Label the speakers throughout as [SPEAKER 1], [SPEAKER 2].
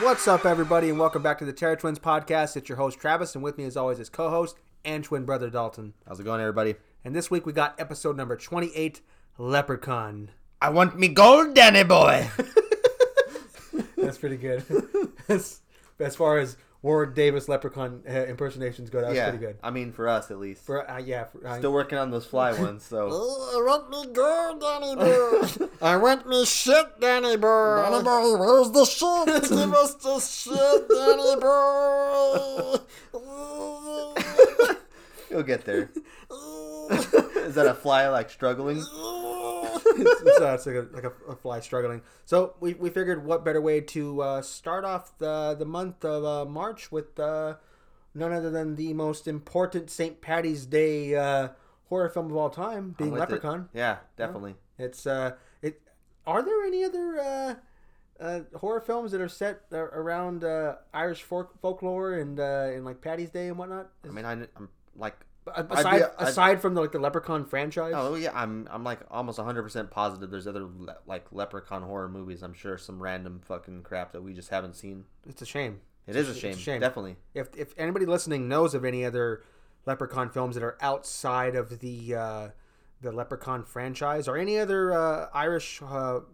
[SPEAKER 1] What's up, everybody, and welcome back to the Terra Twins podcast. It's your host Travis, and with me, as always, is co-host and twin brother Dalton.
[SPEAKER 2] How's it going, everybody?
[SPEAKER 1] And this week we got episode number twenty-eight, Leprechaun.
[SPEAKER 2] I want me gold, Danny boy.
[SPEAKER 1] That's pretty good. as, as far as Warwick Davis Leprechaun uh, impersonations go, that was
[SPEAKER 2] yeah,
[SPEAKER 1] pretty good.
[SPEAKER 2] I mean for us at least.
[SPEAKER 1] For uh, yeah, for, I-
[SPEAKER 2] Still working on those fly ones, so
[SPEAKER 3] I want Uh, me girl, Danny Bird. I want me shit, Danny Bird. Danny Bird, where's the shit? Give us the shit, Danny Bird.
[SPEAKER 2] you'll get there. Is that a fly like struggling?
[SPEAKER 1] it's, it's, uh, it's like, a, like a, a fly struggling. So we, we figured what better way to uh, start off the the month of uh, March with uh, none other than the most important St. Patty's Day uh, horror film of all time, being
[SPEAKER 2] With it.
[SPEAKER 1] Leprechaun.
[SPEAKER 2] Yeah, definitely.
[SPEAKER 1] It's uh, it. Are there any other uh, uh, horror films that are set uh, around uh, Irish folk- folklore and uh, and like Patty's Day and whatnot?
[SPEAKER 2] I mean, I, am like,
[SPEAKER 1] A- aside
[SPEAKER 2] I'd-
[SPEAKER 1] aside from the, like the Leprechaun franchise.
[SPEAKER 2] oh yeah, I'm I'm like almost 100 percent positive. There's other le- like leprechaun horror movies. I'm sure some random fucking crap that we just haven't seen.
[SPEAKER 1] It's a shame.
[SPEAKER 2] It is a
[SPEAKER 1] It's a
[SPEAKER 2] shame,
[SPEAKER 1] shame.
[SPEAKER 2] definitely.
[SPEAKER 1] If if anybody listening knows of any other Leprechaun films that are outside of the uh, the Leprechaun franchise or any other uh, Irish uh,
[SPEAKER 2] gotta-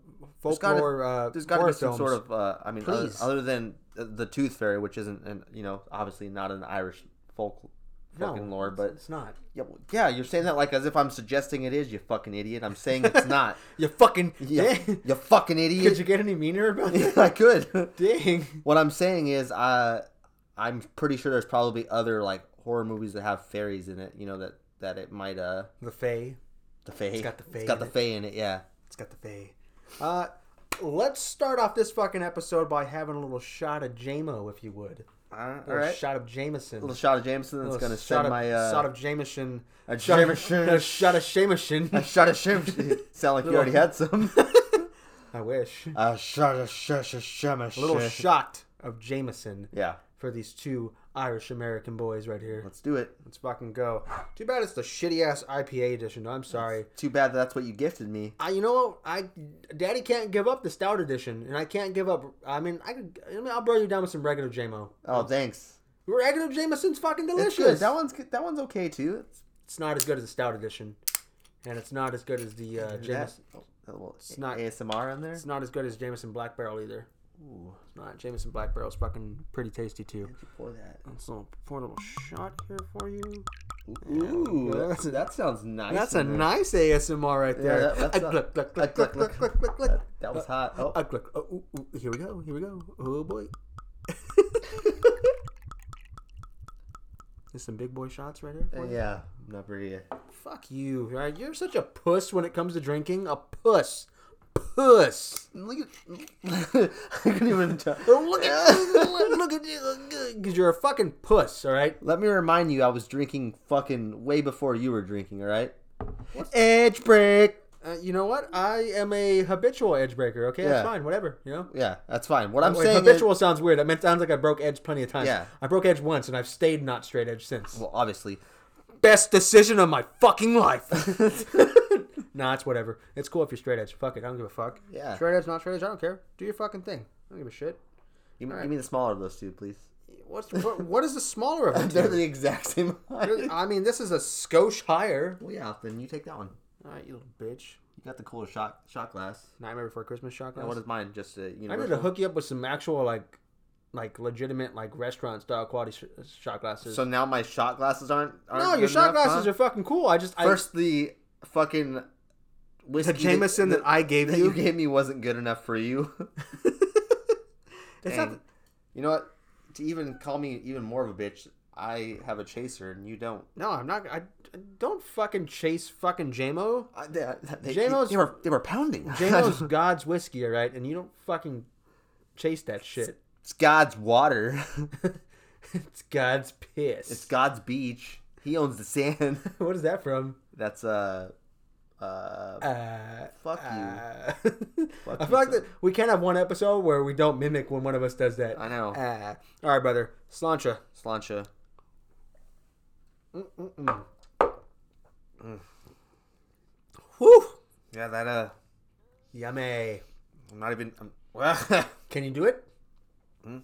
[SPEAKER 1] folklore uh,
[SPEAKER 2] There's got to
[SPEAKER 1] horror
[SPEAKER 2] be
[SPEAKER 1] films.
[SPEAKER 2] some sort of, uh, I mean, other,
[SPEAKER 1] Please.
[SPEAKER 2] other than uh, the Tooth Fairy, which isn't, an, you know, obviously not an Irish folk fucking lore, but
[SPEAKER 1] it's not.
[SPEAKER 2] yeah, well, yeah, you're saying that like as if I'm suggesting it is. You fucking idiot. I'm saying it's not.
[SPEAKER 1] You fucking
[SPEAKER 2] you,
[SPEAKER 1] yeah.
[SPEAKER 2] you fucking
[SPEAKER 1] Could
[SPEAKER 2] idiot.
[SPEAKER 1] you get any meaner about that?
[SPEAKER 2] I could.
[SPEAKER 1] Dang.
[SPEAKER 2] What I'm saying is, uh, I'm pretty sure there's probably other like horror movies that have fairies in it. You know that that it might uh
[SPEAKER 1] The Fae.
[SPEAKER 2] the fae. It's
[SPEAKER 1] got the fae
[SPEAKER 2] It's got
[SPEAKER 1] in
[SPEAKER 2] the
[SPEAKER 1] it.
[SPEAKER 2] fae in it. Yeah.
[SPEAKER 1] It's got the Fae. Uh, let's start off this fucking episode by having a little shot of JMO, if you would.
[SPEAKER 2] Uh,
[SPEAKER 1] A
[SPEAKER 2] all
[SPEAKER 1] little
[SPEAKER 2] right.
[SPEAKER 1] shot of Jameson.
[SPEAKER 2] little shot of Jameson. That's
[SPEAKER 1] Little
[SPEAKER 2] gonna
[SPEAKER 1] shot
[SPEAKER 2] send
[SPEAKER 1] of,
[SPEAKER 2] my uh,
[SPEAKER 1] shot of Jameson.
[SPEAKER 2] a
[SPEAKER 1] Shot of-
[SPEAKER 2] Jameson.
[SPEAKER 1] A shot of Jameson.
[SPEAKER 2] A shot of Jameson. Sound like you already had some.
[SPEAKER 1] I wish.
[SPEAKER 2] a shot of sh- sh-
[SPEAKER 1] A little shot of Jameson
[SPEAKER 2] Yeah.
[SPEAKER 1] for these two Irish American boys right here.
[SPEAKER 2] Let's do it.
[SPEAKER 1] Let's fucking go. Too bad it's the shitty ass IPA edition. I'm sorry.
[SPEAKER 2] Too bad that's what you gifted me.
[SPEAKER 1] I, you know, what? I, Daddy can't give up the stout edition, and I can't give up. I mean, I could. I mean, I'll burn you down with some regular JMO.
[SPEAKER 2] Oh, thanks.
[SPEAKER 1] Regular Jameson's fucking
[SPEAKER 2] It's
[SPEAKER 1] delicious.
[SPEAKER 2] good. That one's good. that one's okay too. It's
[SPEAKER 1] It's not as good as the stout edition, and it's not as good as the uh, Jameson.
[SPEAKER 2] that- oh, well, it's
[SPEAKER 1] not-
[SPEAKER 2] not ASMR in there.
[SPEAKER 1] It's not as good as Jameson Black Barrel either.
[SPEAKER 2] Ooh,
[SPEAKER 1] It's not. Jameson Black Barrel's fucking pretty tasty too.
[SPEAKER 2] before that.
[SPEAKER 1] Let's little, pour a little shot here for you.
[SPEAKER 2] Ooh,
[SPEAKER 1] Yeah.
[SPEAKER 2] that's, that sounds nice.
[SPEAKER 1] That's a
[SPEAKER 2] in there.
[SPEAKER 1] nice ASMR right there.
[SPEAKER 2] Yeah, that- that's
[SPEAKER 1] Uh,
[SPEAKER 2] a-
[SPEAKER 1] gluck, gluck, gluck,
[SPEAKER 2] uh, gluck,
[SPEAKER 1] gluck, gluck, gluck, gluck,
[SPEAKER 2] That, that was hot. Oh,
[SPEAKER 1] Uh, gluck. Oh, ooh, ooh, Here we go. Here we go. Oh boy. There's some big boy shots right here. for you.
[SPEAKER 2] uh, yeah. I'm not very. uh,
[SPEAKER 1] Fuck you. Right? You're such a puss when it comes to drinking. A puss. Puss.
[SPEAKER 2] Look at. I couldn't even tell.
[SPEAKER 1] Look at look at because you're a fucking puss. All right.
[SPEAKER 2] Let me remind you, I was drinking fucking way before you were drinking. All right. Edge break.
[SPEAKER 1] Uh, you know what? I am a habitual edge breaker. Okay, that's
[SPEAKER 2] Yeah.
[SPEAKER 1] fine. Whatever. You know.
[SPEAKER 2] Yeah, that's fine. What I'm
[SPEAKER 1] Wait,
[SPEAKER 2] saying is,
[SPEAKER 1] habitual sounds weird. I mean, it sounds like I broke edge plenty of times.
[SPEAKER 2] Yeah.
[SPEAKER 1] I broke edge once, and I've stayed not straight edge since.
[SPEAKER 2] well, obviously,
[SPEAKER 1] Best decision of my fucking life. nah, it's whatever. It's cool if you're straight edge. Fuck it. I don't give a fuck.
[SPEAKER 2] Yeah.
[SPEAKER 1] Straight edge, not straight edge. I don't care. Do your fucking thing. I don't give a shit.
[SPEAKER 2] give me, give me the smaller of those two, please.
[SPEAKER 1] What's what, what is the smaller of
[SPEAKER 2] They're
[SPEAKER 1] them?
[SPEAKER 2] the exact same.
[SPEAKER 1] two? I mean, this is a skosh higher.
[SPEAKER 2] Well, Oh, yeah, then you take that one.
[SPEAKER 1] All right, you little bitch.
[SPEAKER 2] You got the cooler shot shot glass.
[SPEAKER 1] Nightmare Before Christmas shot
[SPEAKER 2] Now,
[SPEAKER 1] glass.
[SPEAKER 2] what is mine? Just uh, you know.
[SPEAKER 1] I need to hook you up with some actual like, like legitimate like restaurant style quality sh- shot glasses.
[SPEAKER 2] So now my shot glasses aren't. aren't
[SPEAKER 1] no, your shot glasses are fucking cool. I just I,
[SPEAKER 2] First, the fucking whiskey.
[SPEAKER 1] the Jameson that, I gave
[SPEAKER 2] that
[SPEAKER 1] you.
[SPEAKER 2] you gave me wasn't good enough for you.
[SPEAKER 1] It's
[SPEAKER 2] Dang.
[SPEAKER 1] not-
[SPEAKER 2] You know what? To even call me even more of a bitch, I have a chaser and you don't.
[SPEAKER 1] no, I'm not. I don't fucking chase fucking JMO.
[SPEAKER 2] I, they, they,
[SPEAKER 1] J-Mo's-
[SPEAKER 2] they were they were pounding.
[SPEAKER 1] JMO's God's whiskey, all right, and you don't fucking chase that shit.
[SPEAKER 2] it's God's water.
[SPEAKER 1] it's God's piss.
[SPEAKER 2] It's God's beach. He owns the sand.
[SPEAKER 1] what is that from?
[SPEAKER 2] That's uh, uh,
[SPEAKER 1] Uh,
[SPEAKER 2] fuck you.
[SPEAKER 1] uh,
[SPEAKER 2] Fuck
[SPEAKER 1] I
[SPEAKER 2] you,
[SPEAKER 1] feel like
[SPEAKER 2] son.
[SPEAKER 1] that we can't have one episode where we don't mimic when one of us does that.
[SPEAKER 2] I know.
[SPEAKER 1] Uh, all right, brother. Slancha.
[SPEAKER 2] Slancha.
[SPEAKER 1] Whew.
[SPEAKER 2] Yeah, that uh,
[SPEAKER 1] Yummy.
[SPEAKER 2] I'm not even. I'm, well,
[SPEAKER 1] Can you do it? You're,
[SPEAKER 2] Hmm?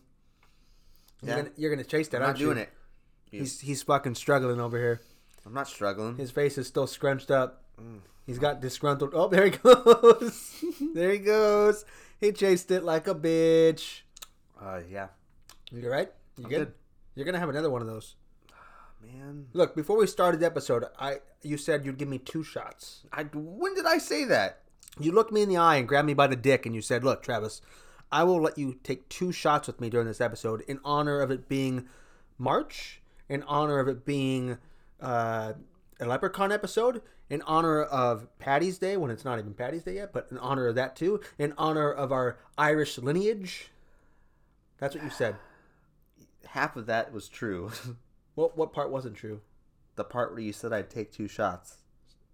[SPEAKER 2] Yeah.
[SPEAKER 1] gonna, you're gonna chase that,
[SPEAKER 2] I'm
[SPEAKER 1] aren't
[SPEAKER 2] not doing
[SPEAKER 1] you?
[SPEAKER 2] it.
[SPEAKER 1] He's he's fucking struggling over here.
[SPEAKER 2] I'm not struggling.
[SPEAKER 1] His face is still scrunched up. He's got disgruntled. Oh, there he goes. there he goes. He chased it like a bitch.
[SPEAKER 2] Uh, yeah,
[SPEAKER 1] You right? You good?
[SPEAKER 2] good.
[SPEAKER 1] You're gonna have another one of those.
[SPEAKER 2] man.
[SPEAKER 1] Look, before we started the episode, I you said you'd give me two shots.
[SPEAKER 2] I when did I say that?
[SPEAKER 1] You looked me in the eye and grabbed me by the dick, and you said, "Look, Travis, I will let you take two shots with me during this episode in honor of it being March, in honor of it being uh, a Leprechaun episode, in honor of Patty's Day when it's not even Patty's Day yet, but in honor of that too, in honor of our Irish lineage." That's what you said.
[SPEAKER 2] Half of that was true.
[SPEAKER 1] What what part wasn't true?
[SPEAKER 2] the part where you said I'd take two shots.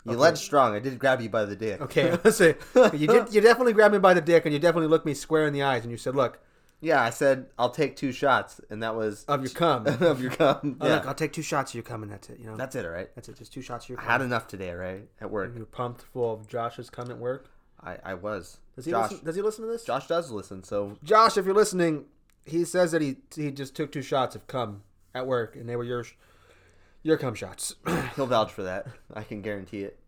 [SPEAKER 2] You led strong. I did grab you by the dick.
[SPEAKER 1] Okay, let's say you did, you definitely grabbed me by the dick, and you definitely looked me square in the eyes, and you said, "Look,
[SPEAKER 2] Yeah, I said I'll take two shots, and that was
[SPEAKER 1] of your cum."
[SPEAKER 2] of your cum.
[SPEAKER 1] Oh,
[SPEAKER 2] yeah.
[SPEAKER 1] look, I'll take two shots of your cum, and that's it. You know,
[SPEAKER 2] That's it, all right.
[SPEAKER 1] That's it. Just two shots of your
[SPEAKER 2] I
[SPEAKER 1] cum.
[SPEAKER 2] had enough today, all right? At work,
[SPEAKER 1] You're pumped full of Josh's cum at work.
[SPEAKER 2] I, I was.
[SPEAKER 1] Does he
[SPEAKER 2] Josh,
[SPEAKER 1] listen? Does he listen to this?
[SPEAKER 2] Josh does listen, so
[SPEAKER 1] Josh, if you're listening, he says that he he just took two shots of cum at work, and they were your sh- your cum shots.
[SPEAKER 2] he'll vouch for that. I can guarantee it.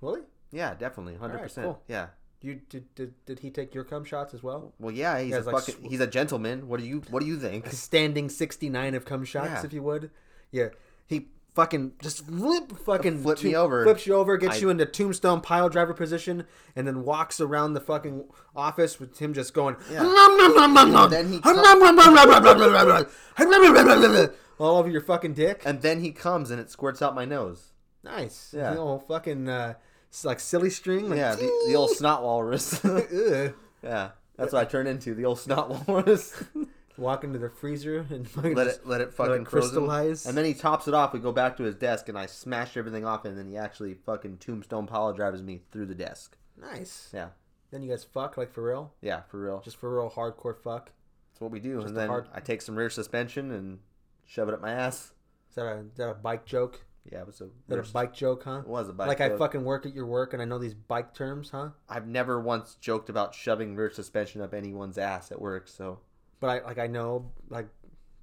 [SPEAKER 1] really?
[SPEAKER 2] Yeah, definitely, hundred percent.
[SPEAKER 1] cool.
[SPEAKER 2] Yeah.
[SPEAKER 1] You did, did? Did he take your cum shots as well?
[SPEAKER 2] Well, yeah, he's
[SPEAKER 1] Yeah,
[SPEAKER 2] a
[SPEAKER 1] it's like
[SPEAKER 2] fucking,
[SPEAKER 1] sw-
[SPEAKER 2] he's a gentleman. What do you What do you think?
[SPEAKER 1] A standing 69 of cum shots,
[SPEAKER 2] Yeah.
[SPEAKER 1] if you would. Yeah. He fucking just flip fucking
[SPEAKER 2] Flip me over.
[SPEAKER 1] flips you over, gets
[SPEAKER 2] I-
[SPEAKER 1] you into tombstone pile driver position, and then walks around the fucking office with him just going
[SPEAKER 2] Yeah.
[SPEAKER 1] "Nom, nom, nom, nom, nom.
[SPEAKER 2] Then he
[SPEAKER 1] Nom, nom, nom, nom, nom, nom, nom, nom, nom, nom, nom, nom." all over your fucking dick.
[SPEAKER 2] And then he comes and it squirts out my nose.
[SPEAKER 1] Nice.
[SPEAKER 2] Yeah.
[SPEAKER 1] The old fucking uh, it's like silly string. Like,
[SPEAKER 2] Yeah, the, the old snot walrus.
[SPEAKER 1] ugh.
[SPEAKER 2] yeah, that's what I turned into the old snot walrus.
[SPEAKER 1] Walk into the freezer and fucking
[SPEAKER 2] let
[SPEAKER 1] just-
[SPEAKER 2] it let it fucking frozen.
[SPEAKER 1] crystallize.
[SPEAKER 2] And then he tops it off. We go back to his desk, and I smash everything off, and then he actually fucking tombstone pile drives me through the desk.
[SPEAKER 1] nice.
[SPEAKER 2] Yeah,
[SPEAKER 1] Then you guys fuck like for real,
[SPEAKER 2] yeah, for real.
[SPEAKER 1] just for real hardcore fuck.
[SPEAKER 2] That's what we do. And
[SPEAKER 1] a
[SPEAKER 2] then
[SPEAKER 1] hard-
[SPEAKER 2] I take some rear suspension and shove it up my ass.
[SPEAKER 1] Is that a, is that a bike joke?
[SPEAKER 2] Yeah, it was a,
[SPEAKER 1] Is that
[SPEAKER 2] rear-
[SPEAKER 1] a bike joke, huh?
[SPEAKER 2] It was a bike.
[SPEAKER 1] like I
[SPEAKER 2] joke.
[SPEAKER 1] fucking work at your work and I know these bike terms, huh?
[SPEAKER 2] I've never once joked about shoving rear suspension up anyone's ass at work. So
[SPEAKER 1] But I like I know like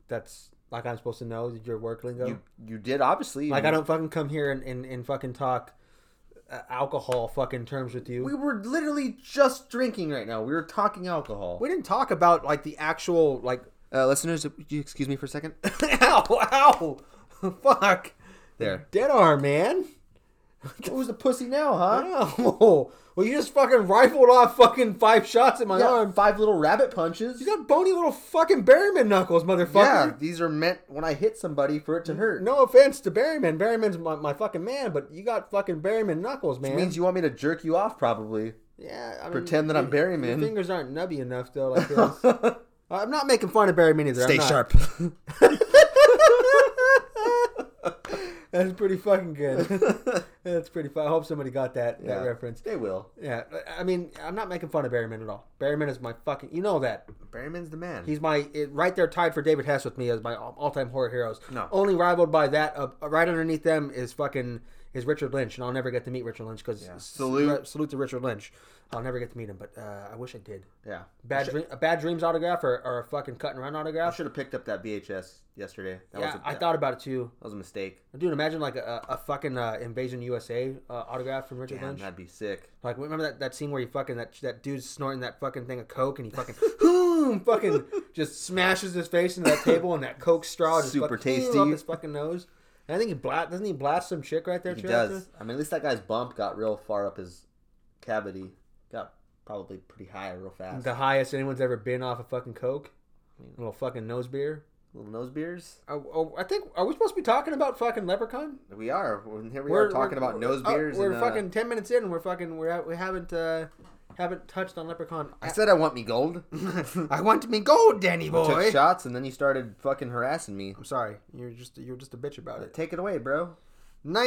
[SPEAKER 1] that's like I'm supposed to know your work lingo.
[SPEAKER 2] you you did obviously.
[SPEAKER 1] like I don't fucking come here and and, and fucking talk uh, alcohol fucking terms with you.
[SPEAKER 2] We
[SPEAKER 1] We,
[SPEAKER 2] were literally just drinking right now. We were talking alcohol.
[SPEAKER 1] didn't talk about like the actual like
[SPEAKER 2] Uh, listeners, would you excuse me for a second?
[SPEAKER 1] ow ow fuck
[SPEAKER 2] There.
[SPEAKER 1] dead arm man.
[SPEAKER 2] Who's the pussy now, huh?
[SPEAKER 1] Ow. Well, you just fucking rifled off fucking five shots at my
[SPEAKER 2] Yeah,
[SPEAKER 1] arm.
[SPEAKER 2] five little rabbit punches.
[SPEAKER 1] You got bony little fucking Berryman knuckles, motherfucker.
[SPEAKER 2] yeah, these are meant when I hit somebody for it to hurt.
[SPEAKER 1] No offense to Berryman. Berryman's my, my fucking man, but you got fucking Berryman knuckles, man.
[SPEAKER 2] It means you want me to jerk you off, probably.
[SPEAKER 1] yeah, I mean,
[SPEAKER 2] pretend that
[SPEAKER 1] your-
[SPEAKER 2] I'm Berryman.
[SPEAKER 1] Your fingers aren't nubby enough though. Like this. I'm not making fun of Berryman either. I'm not. That's pretty fucking good. That's pretty. Fun. I hope somebody got that
[SPEAKER 2] Yeah,
[SPEAKER 1] that reference.
[SPEAKER 2] They will.
[SPEAKER 1] Yeah, I- I mean, I'm not making fun of Berryman at all. Berryman is my fucking. You know that
[SPEAKER 2] Berryman's the man.
[SPEAKER 1] he's my it, right there tied for David Hess with me as my all time horror heroes.
[SPEAKER 2] No.
[SPEAKER 1] only rivaled by that. Uh, right underneath them is fucking is Richard Lynch, and I'll never get to meet Richard Lynch because
[SPEAKER 2] Salute.
[SPEAKER 1] salute to Richard Lynch. I'll never get to meet him, but uh, I wish I did.
[SPEAKER 2] yeah.
[SPEAKER 1] Bad dream, a bad dreams autograph or, or a fucking cut and run
[SPEAKER 2] I
[SPEAKER 1] autograph.
[SPEAKER 2] should have picked up that VHS yesterday. Oh, That
[SPEAKER 1] Yeah,
[SPEAKER 2] was a,
[SPEAKER 1] I thought about it too.
[SPEAKER 2] that was a mistake.
[SPEAKER 1] Dude, imagine like a, a fucking uh, Invasion USA uh, autograph from Richard
[SPEAKER 2] Damn,
[SPEAKER 1] Lynch.
[SPEAKER 2] that'd be sick.
[SPEAKER 1] Like remember that, that scene where he fucking that that dude's snorting that fucking thing of coke and he fucking boom fucking just smashes his face into that table and that coke straw just
[SPEAKER 2] Super
[SPEAKER 1] fucking,
[SPEAKER 2] tasty.
[SPEAKER 1] up his fucking nose. And I think he blast doesn't he blast some chick right there?
[SPEAKER 2] He
[SPEAKER 1] too,
[SPEAKER 2] does.
[SPEAKER 1] after?
[SPEAKER 2] I mean, at least that guy's bump got real far up his cavity. Got probably pretty high real fast.
[SPEAKER 1] The highest anyone's ever been off a fucking coke, a little fucking nose beer.
[SPEAKER 2] Little nose beers.
[SPEAKER 1] Oh, oh, I think are we supposed to be talking about fucking Leprechaun?
[SPEAKER 2] We are. We're- Here we are talking about nose
[SPEAKER 1] oh,
[SPEAKER 2] beers.
[SPEAKER 1] we're
[SPEAKER 2] and, uh,
[SPEAKER 1] fucking ten minutes in. and We're fucking we're at- we haven't uh, haven't touched on Leprechaun.
[SPEAKER 2] I
[SPEAKER 1] at-
[SPEAKER 2] said I want me gold.
[SPEAKER 1] I want me gold, Danny boy.
[SPEAKER 2] took shots and then you started fucking harassing me.
[SPEAKER 1] I'm sorry. You're just you're just a bitch about it.
[SPEAKER 2] Take it away, bro.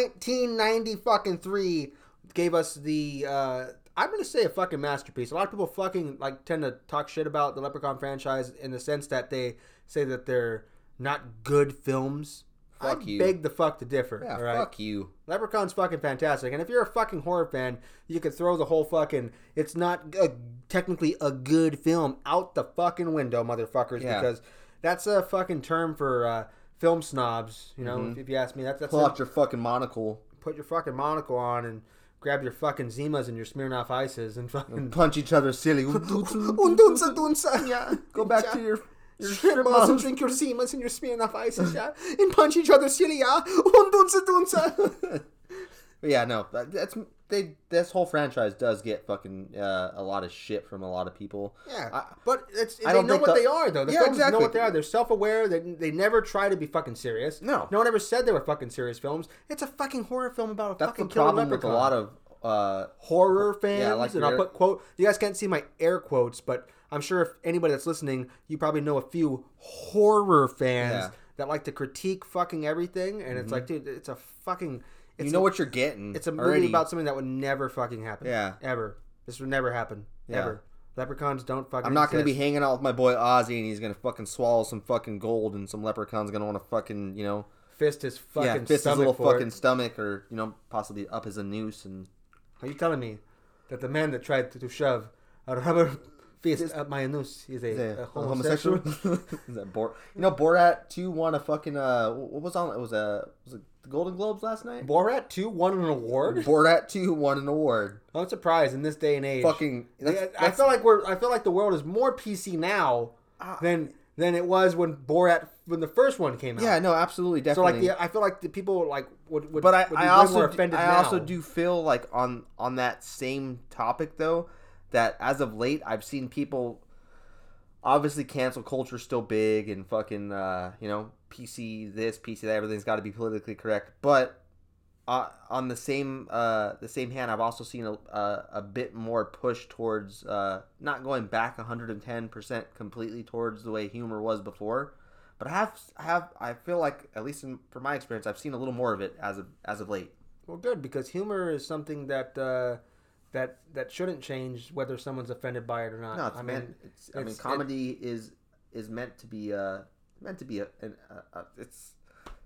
[SPEAKER 1] 1990 fucking three gave us the uh I'm gonna say a fucking masterpiece. A lot of people fucking like tend to talk shit about the Leprechaun franchise in the sense that they say that they're not good films.
[SPEAKER 2] Fuck
[SPEAKER 1] I
[SPEAKER 2] you.
[SPEAKER 1] beg the fuck to differ.
[SPEAKER 2] Yeah,
[SPEAKER 1] all right?
[SPEAKER 2] fuck you.
[SPEAKER 1] Leprechaun's fucking fantastic, and if you're a fucking horror fan, you could throw the whole fucking it's not a, technically a good film out the fucking window, motherfuckers,
[SPEAKER 2] Yeah.
[SPEAKER 1] because that's a fucking term for uh, film snobs. You know,
[SPEAKER 2] Mm-hmm.
[SPEAKER 1] if, if you ask me, that's that's
[SPEAKER 2] Pull
[SPEAKER 1] a-
[SPEAKER 2] out your fucking monocle,
[SPEAKER 1] put your fucking monocle on and grab your fucking Zimas and your Smirnoff Ices and fucking
[SPEAKER 2] punch each other silly.
[SPEAKER 1] Undunsa dunsa, yeah.
[SPEAKER 2] Go back to your your strip
[SPEAKER 1] Shrimmas and
[SPEAKER 2] mall.
[SPEAKER 1] drink your Zimas and your Smirnoff Ices, yeah, and punch each other silly, yeah. Undunsa dunsa.
[SPEAKER 2] But yeah, no, that- that's they. This whole franchise does get fucking uh, a lot of shit from a lot of people.
[SPEAKER 1] Yeah,
[SPEAKER 2] I-
[SPEAKER 1] but it's,
[SPEAKER 2] I
[SPEAKER 1] they
[SPEAKER 2] don't
[SPEAKER 1] know
[SPEAKER 2] think
[SPEAKER 1] what
[SPEAKER 2] the-
[SPEAKER 1] they are, though. The
[SPEAKER 2] Yeah,
[SPEAKER 1] films know
[SPEAKER 2] exactly.
[SPEAKER 1] what they are. They're self-aware. They, they never try to be fucking serious.
[SPEAKER 2] No.
[SPEAKER 1] no one ever said they were fucking serious films. It's a fucking horror film about a
[SPEAKER 2] That's
[SPEAKER 1] fucking
[SPEAKER 2] the problem
[SPEAKER 1] killer
[SPEAKER 2] with a
[SPEAKER 1] leprechaun.
[SPEAKER 2] lot of. Uh,
[SPEAKER 1] horror fans,
[SPEAKER 2] Yeah, like
[SPEAKER 1] and
[SPEAKER 2] the
[SPEAKER 1] I'll
[SPEAKER 2] air-
[SPEAKER 1] put quote. You guys can't see my air quotes, but I'm sure if anybody that's listening, you probably know a few horror fans
[SPEAKER 2] Yeah. Mm-hmm.
[SPEAKER 1] that like to critique fucking everything, and it's like, dude, it's a fucking. It's
[SPEAKER 2] you know
[SPEAKER 1] a,
[SPEAKER 2] what you're getting.
[SPEAKER 1] It's a movie
[SPEAKER 2] already.
[SPEAKER 1] about something that would never fucking happen.
[SPEAKER 2] Yeah.
[SPEAKER 1] ever. This would never happen.
[SPEAKER 2] Yeah.
[SPEAKER 1] Ever. Leprechauns don't fucking.
[SPEAKER 2] I'm not going to be
[SPEAKER 1] exist.
[SPEAKER 2] hanging out with my boy Ozzy, and he's going to fucking swallow some fucking gold, and some leprechaun's going to want to fucking you know,
[SPEAKER 1] fist his fucking
[SPEAKER 2] yeah, fist his
[SPEAKER 1] stomach
[SPEAKER 2] little
[SPEAKER 1] for
[SPEAKER 2] fucking
[SPEAKER 1] it.
[SPEAKER 2] stomach, or you know, possibly up his anus and
[SPEAKER 1] Are you telling me that the man that tried to, to shove a rubber fist up my anus is a,
[SPEAKER 2] Yeah,
[SPEAKER 1] a
[SPEAKER 2] homosexual.
[SPEAKER 1] homosexual?
[SPEAKER 2] Is that Bor- you know, Borat two won a fucking uh, what was on? It was a was it the Golden Globes last night.
[SPEAKER 1] Borat two won an award.
[SPEAKER 2] Borat two won an award.
[SPEAKER 1] Oh, I'm surprised in this day and age.
[SPEAKER 2] Fucking, that's,
[SPEAKER 1] Yeah, I
[SPEAKER 2] that's-
[SPEAKER 1] feel like we're. I feel like the world is more PC now
[SPEAKER 2] Ah.
[SPEAKER 1] than than it was when Borat when the first one came out.
[SPEAKER 2] yeah, no, absolutely,
[SPEAKER 1] So
[SPEAKER 2] definitely.
[SPEAKER 1] like the I feel like the people like would would.
[SPEAKER 2] but I,
[SPEAKER 1] would be
[SPEAKER 2] I
[SPEAKER 1] way more
[SPEAKER 2] also, do,
[SPEAKER 1] offended
[SPEAKER 2] I
[SPEAKER 1] now.
[SPEAKER 2] also do feel like on on that same topic though, that as of late I've seen people, obviously cancel culture still big and fucking uh, you know PC this PC that everything's got to be politically correct, but uh, on the same uh, the same hand I've also seen a, a, a bit more push towards uh, not going back 110 percent completely towards the way humor was before. But I have, I have, I feel like, at least in, from my experience, I've seen a little more of it as of as of late.
[SPEAKER 1] Well, good because humor is something that uh, that that shouldn't change whether someone's offended by it or not.
[SPEAKER 2] No, it's
[SPEAKER 1] I mean,
[SPEAKER 2] meant. It's, I mean,
[SPEAKER 1] it's- it-
[SPEAKER 2] comedy is is meant to be uh meant to be a, an, a, a it's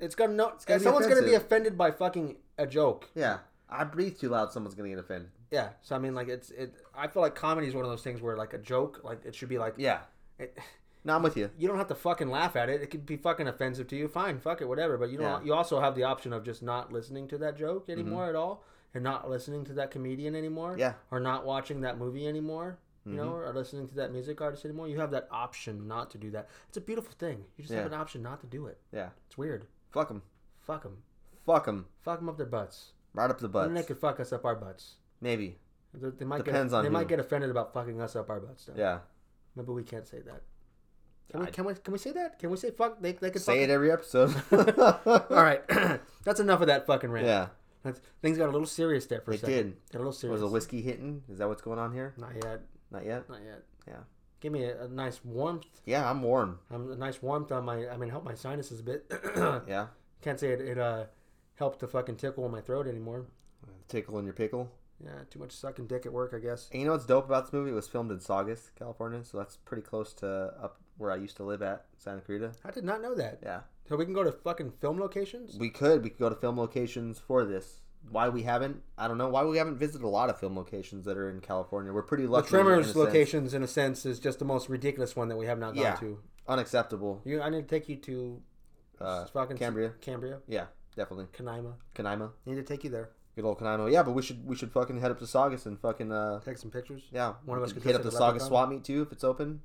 [SPEAKER 1] it's gonna no.
[SPEAKER 2] gonna be
[SPEAKER 1] someone's gonna be
[SPEAKER 2] offensive.
[SPEAKER 1] offended by fucking a joke.
[SPEAKER 2] yeah. I breathe too loud. Someone's gonna get offended.
[SPEAKER 1] Yeah. So I mean, like it's it. I feel like comedy is one of those things where like a joke, like it should be like
[SPEAKER 2] Yeah.
[SPEAKER 1] It,
[SPEAKER 2] No, I'm with you.
[SPEAKER 1] you don't have to fucking laugh at it. It could be fucking offensive to you. Fine, fuck it, whatever. But you don't.
[SPEAKER 2] Yeah. Mm-hmm.
[SPEAKER 1] You also have the option of just not listening to that joke anymore at all, and not listening to that comedian anymore.
[SPEAKER 2] Yeah. Mm-hmm.
[SPEAKER 1] Or not watching that movie anymore. You know, or listening to that music artist anymore. You have that option not to do that. It's a beautiful thing. You just have
[SPEAKER 2] Yeah.
[SPEAKER 1] an option not to do it.
[SPEAKER 2] Yeah.
[SPEAKER 1] It's weird.
[SPEAKER 2] Fuck them.
[SPEAKER 1] Fuck them.
[SPEAKER 2] Fuck them.
[SPEAKER 1] Fuck them up their butts.
[SPEAKER 2] Right up the
[SPEAKER 1] And they
[SPEAKER 2] butt.
[SPEAKER 1] could fuck us up our butts.
[SPEAKER 2] Maybe.
[SPEAKER 1] They, they might
[SPEAKER 2] Depends
[SPEAKER 1] get.
[SPEAKER 2] on
[SPEAKER 1] they
[SPEAKER 2] who.
[SPEAKER 1] might get offended about fucking us up our butts. Though.
[SPEAKER 2] Yeah.
[SPEAKER 1] Maybe we can't say that. Can we,
[SPEAKER 2] I-
[SPEAKER 1] can we? Can we say that? Can we say fuck? They, they could fuck
[SPEAKER 2] Say it every episode.
[SPEAKER 1] All right, that's enough of that fucking rant.
[SPEAKER 2] Yeah.
[SPEAKER 1] That's, things got a little serious there for a
[SPEAKER 2] It
[SPEAKER 1] second.
[SPEAKER 2] did.
[SPEAKER 1] Got a little serious.
[SPEAKER 2] Was a whiskey hitting? Is that what's going on here?
[SPEAKER 1] Not yet.
[SPEAKER 2] Not yet.
[SPEAKER 1] Not yet.
[SPEAKER 2] Yeah.
[SPEAKER 1] Give me a, a nice warmth.
[SPEAKER 2] Yeah, I'm warm.
[SPEAKER 1] Um, a nice warmth on my. I mean, help my sinuses a bit.
[SPEAKER 2] Yeah.
[SPEAKER 1] Can't say it, it uh, helped to fucking tickle in my throat anymore.
[SPEAKER 2] Tickle in your pickle.
[SPEAKER 1] Yeah, too much sucking dick at work, I guess.
[SPEAKER 2] And you know what's dope about this movie? It was filmed in Saugus, California, so that's pretty close to up where I used to live at Santa Cruz.
[SPEAKER 1] I did not know that.
[SPEAKER 2] Yeah.
[SPEAKER 1] So we can go to fucking film locations.
[SPEAKER 2] We could. We could go to film locations for this. Why we haven't? I don't know. Why we haven't visited a lot of film locations that are in California. We're pretty
[SPEAKER 1] The
[SPEAKER 2] lucky. in a
[SPEAKER 1] Tremors
[SPEAKER 2] sense.
[SPEAKER 1] locations, in a sense, is just the most ridiculous one that we have not gone
[SPEAKER 2] Yeah.
[SPEAKER 1] to.
[SPEAKER 2] unacceptable.
[SPEAKER 1] You, I need to take you to
[SPEAKER 2] Uh,
[SPEAKER 1] fucking
[SPEAKER 2] Cambria.
[SPEAKER 1] Cambria,
[SPEAKER 2] Yeah, definitely.
[SPEAKER 1] Canaima.
[SPEAKER 2] Canaima,
[SPEAKER 1] I need to take you there.
[SPEAKER 2] good old Canaima. Yeah, but we should we should fucking head up to Saugus and fucking uh
[SPEAKER 1] Take some pictures.
[SPEAKER 2] yeah.
[SPEAKER 1] One of
[SPEAKER 2] we
[SPEAKER 1] us
[SPEAKER 2] could
[SPEAKER 1] could
[SPEAKER 2] hit
[SPEAKER 1] dress
[SPEAKER 2] up the
[SPEAKER 1] like a
[SPEAKER 2] Saugus
[SPEAKER 1] leprechaun.
[SPEAKER 2] swap meet too if it's open.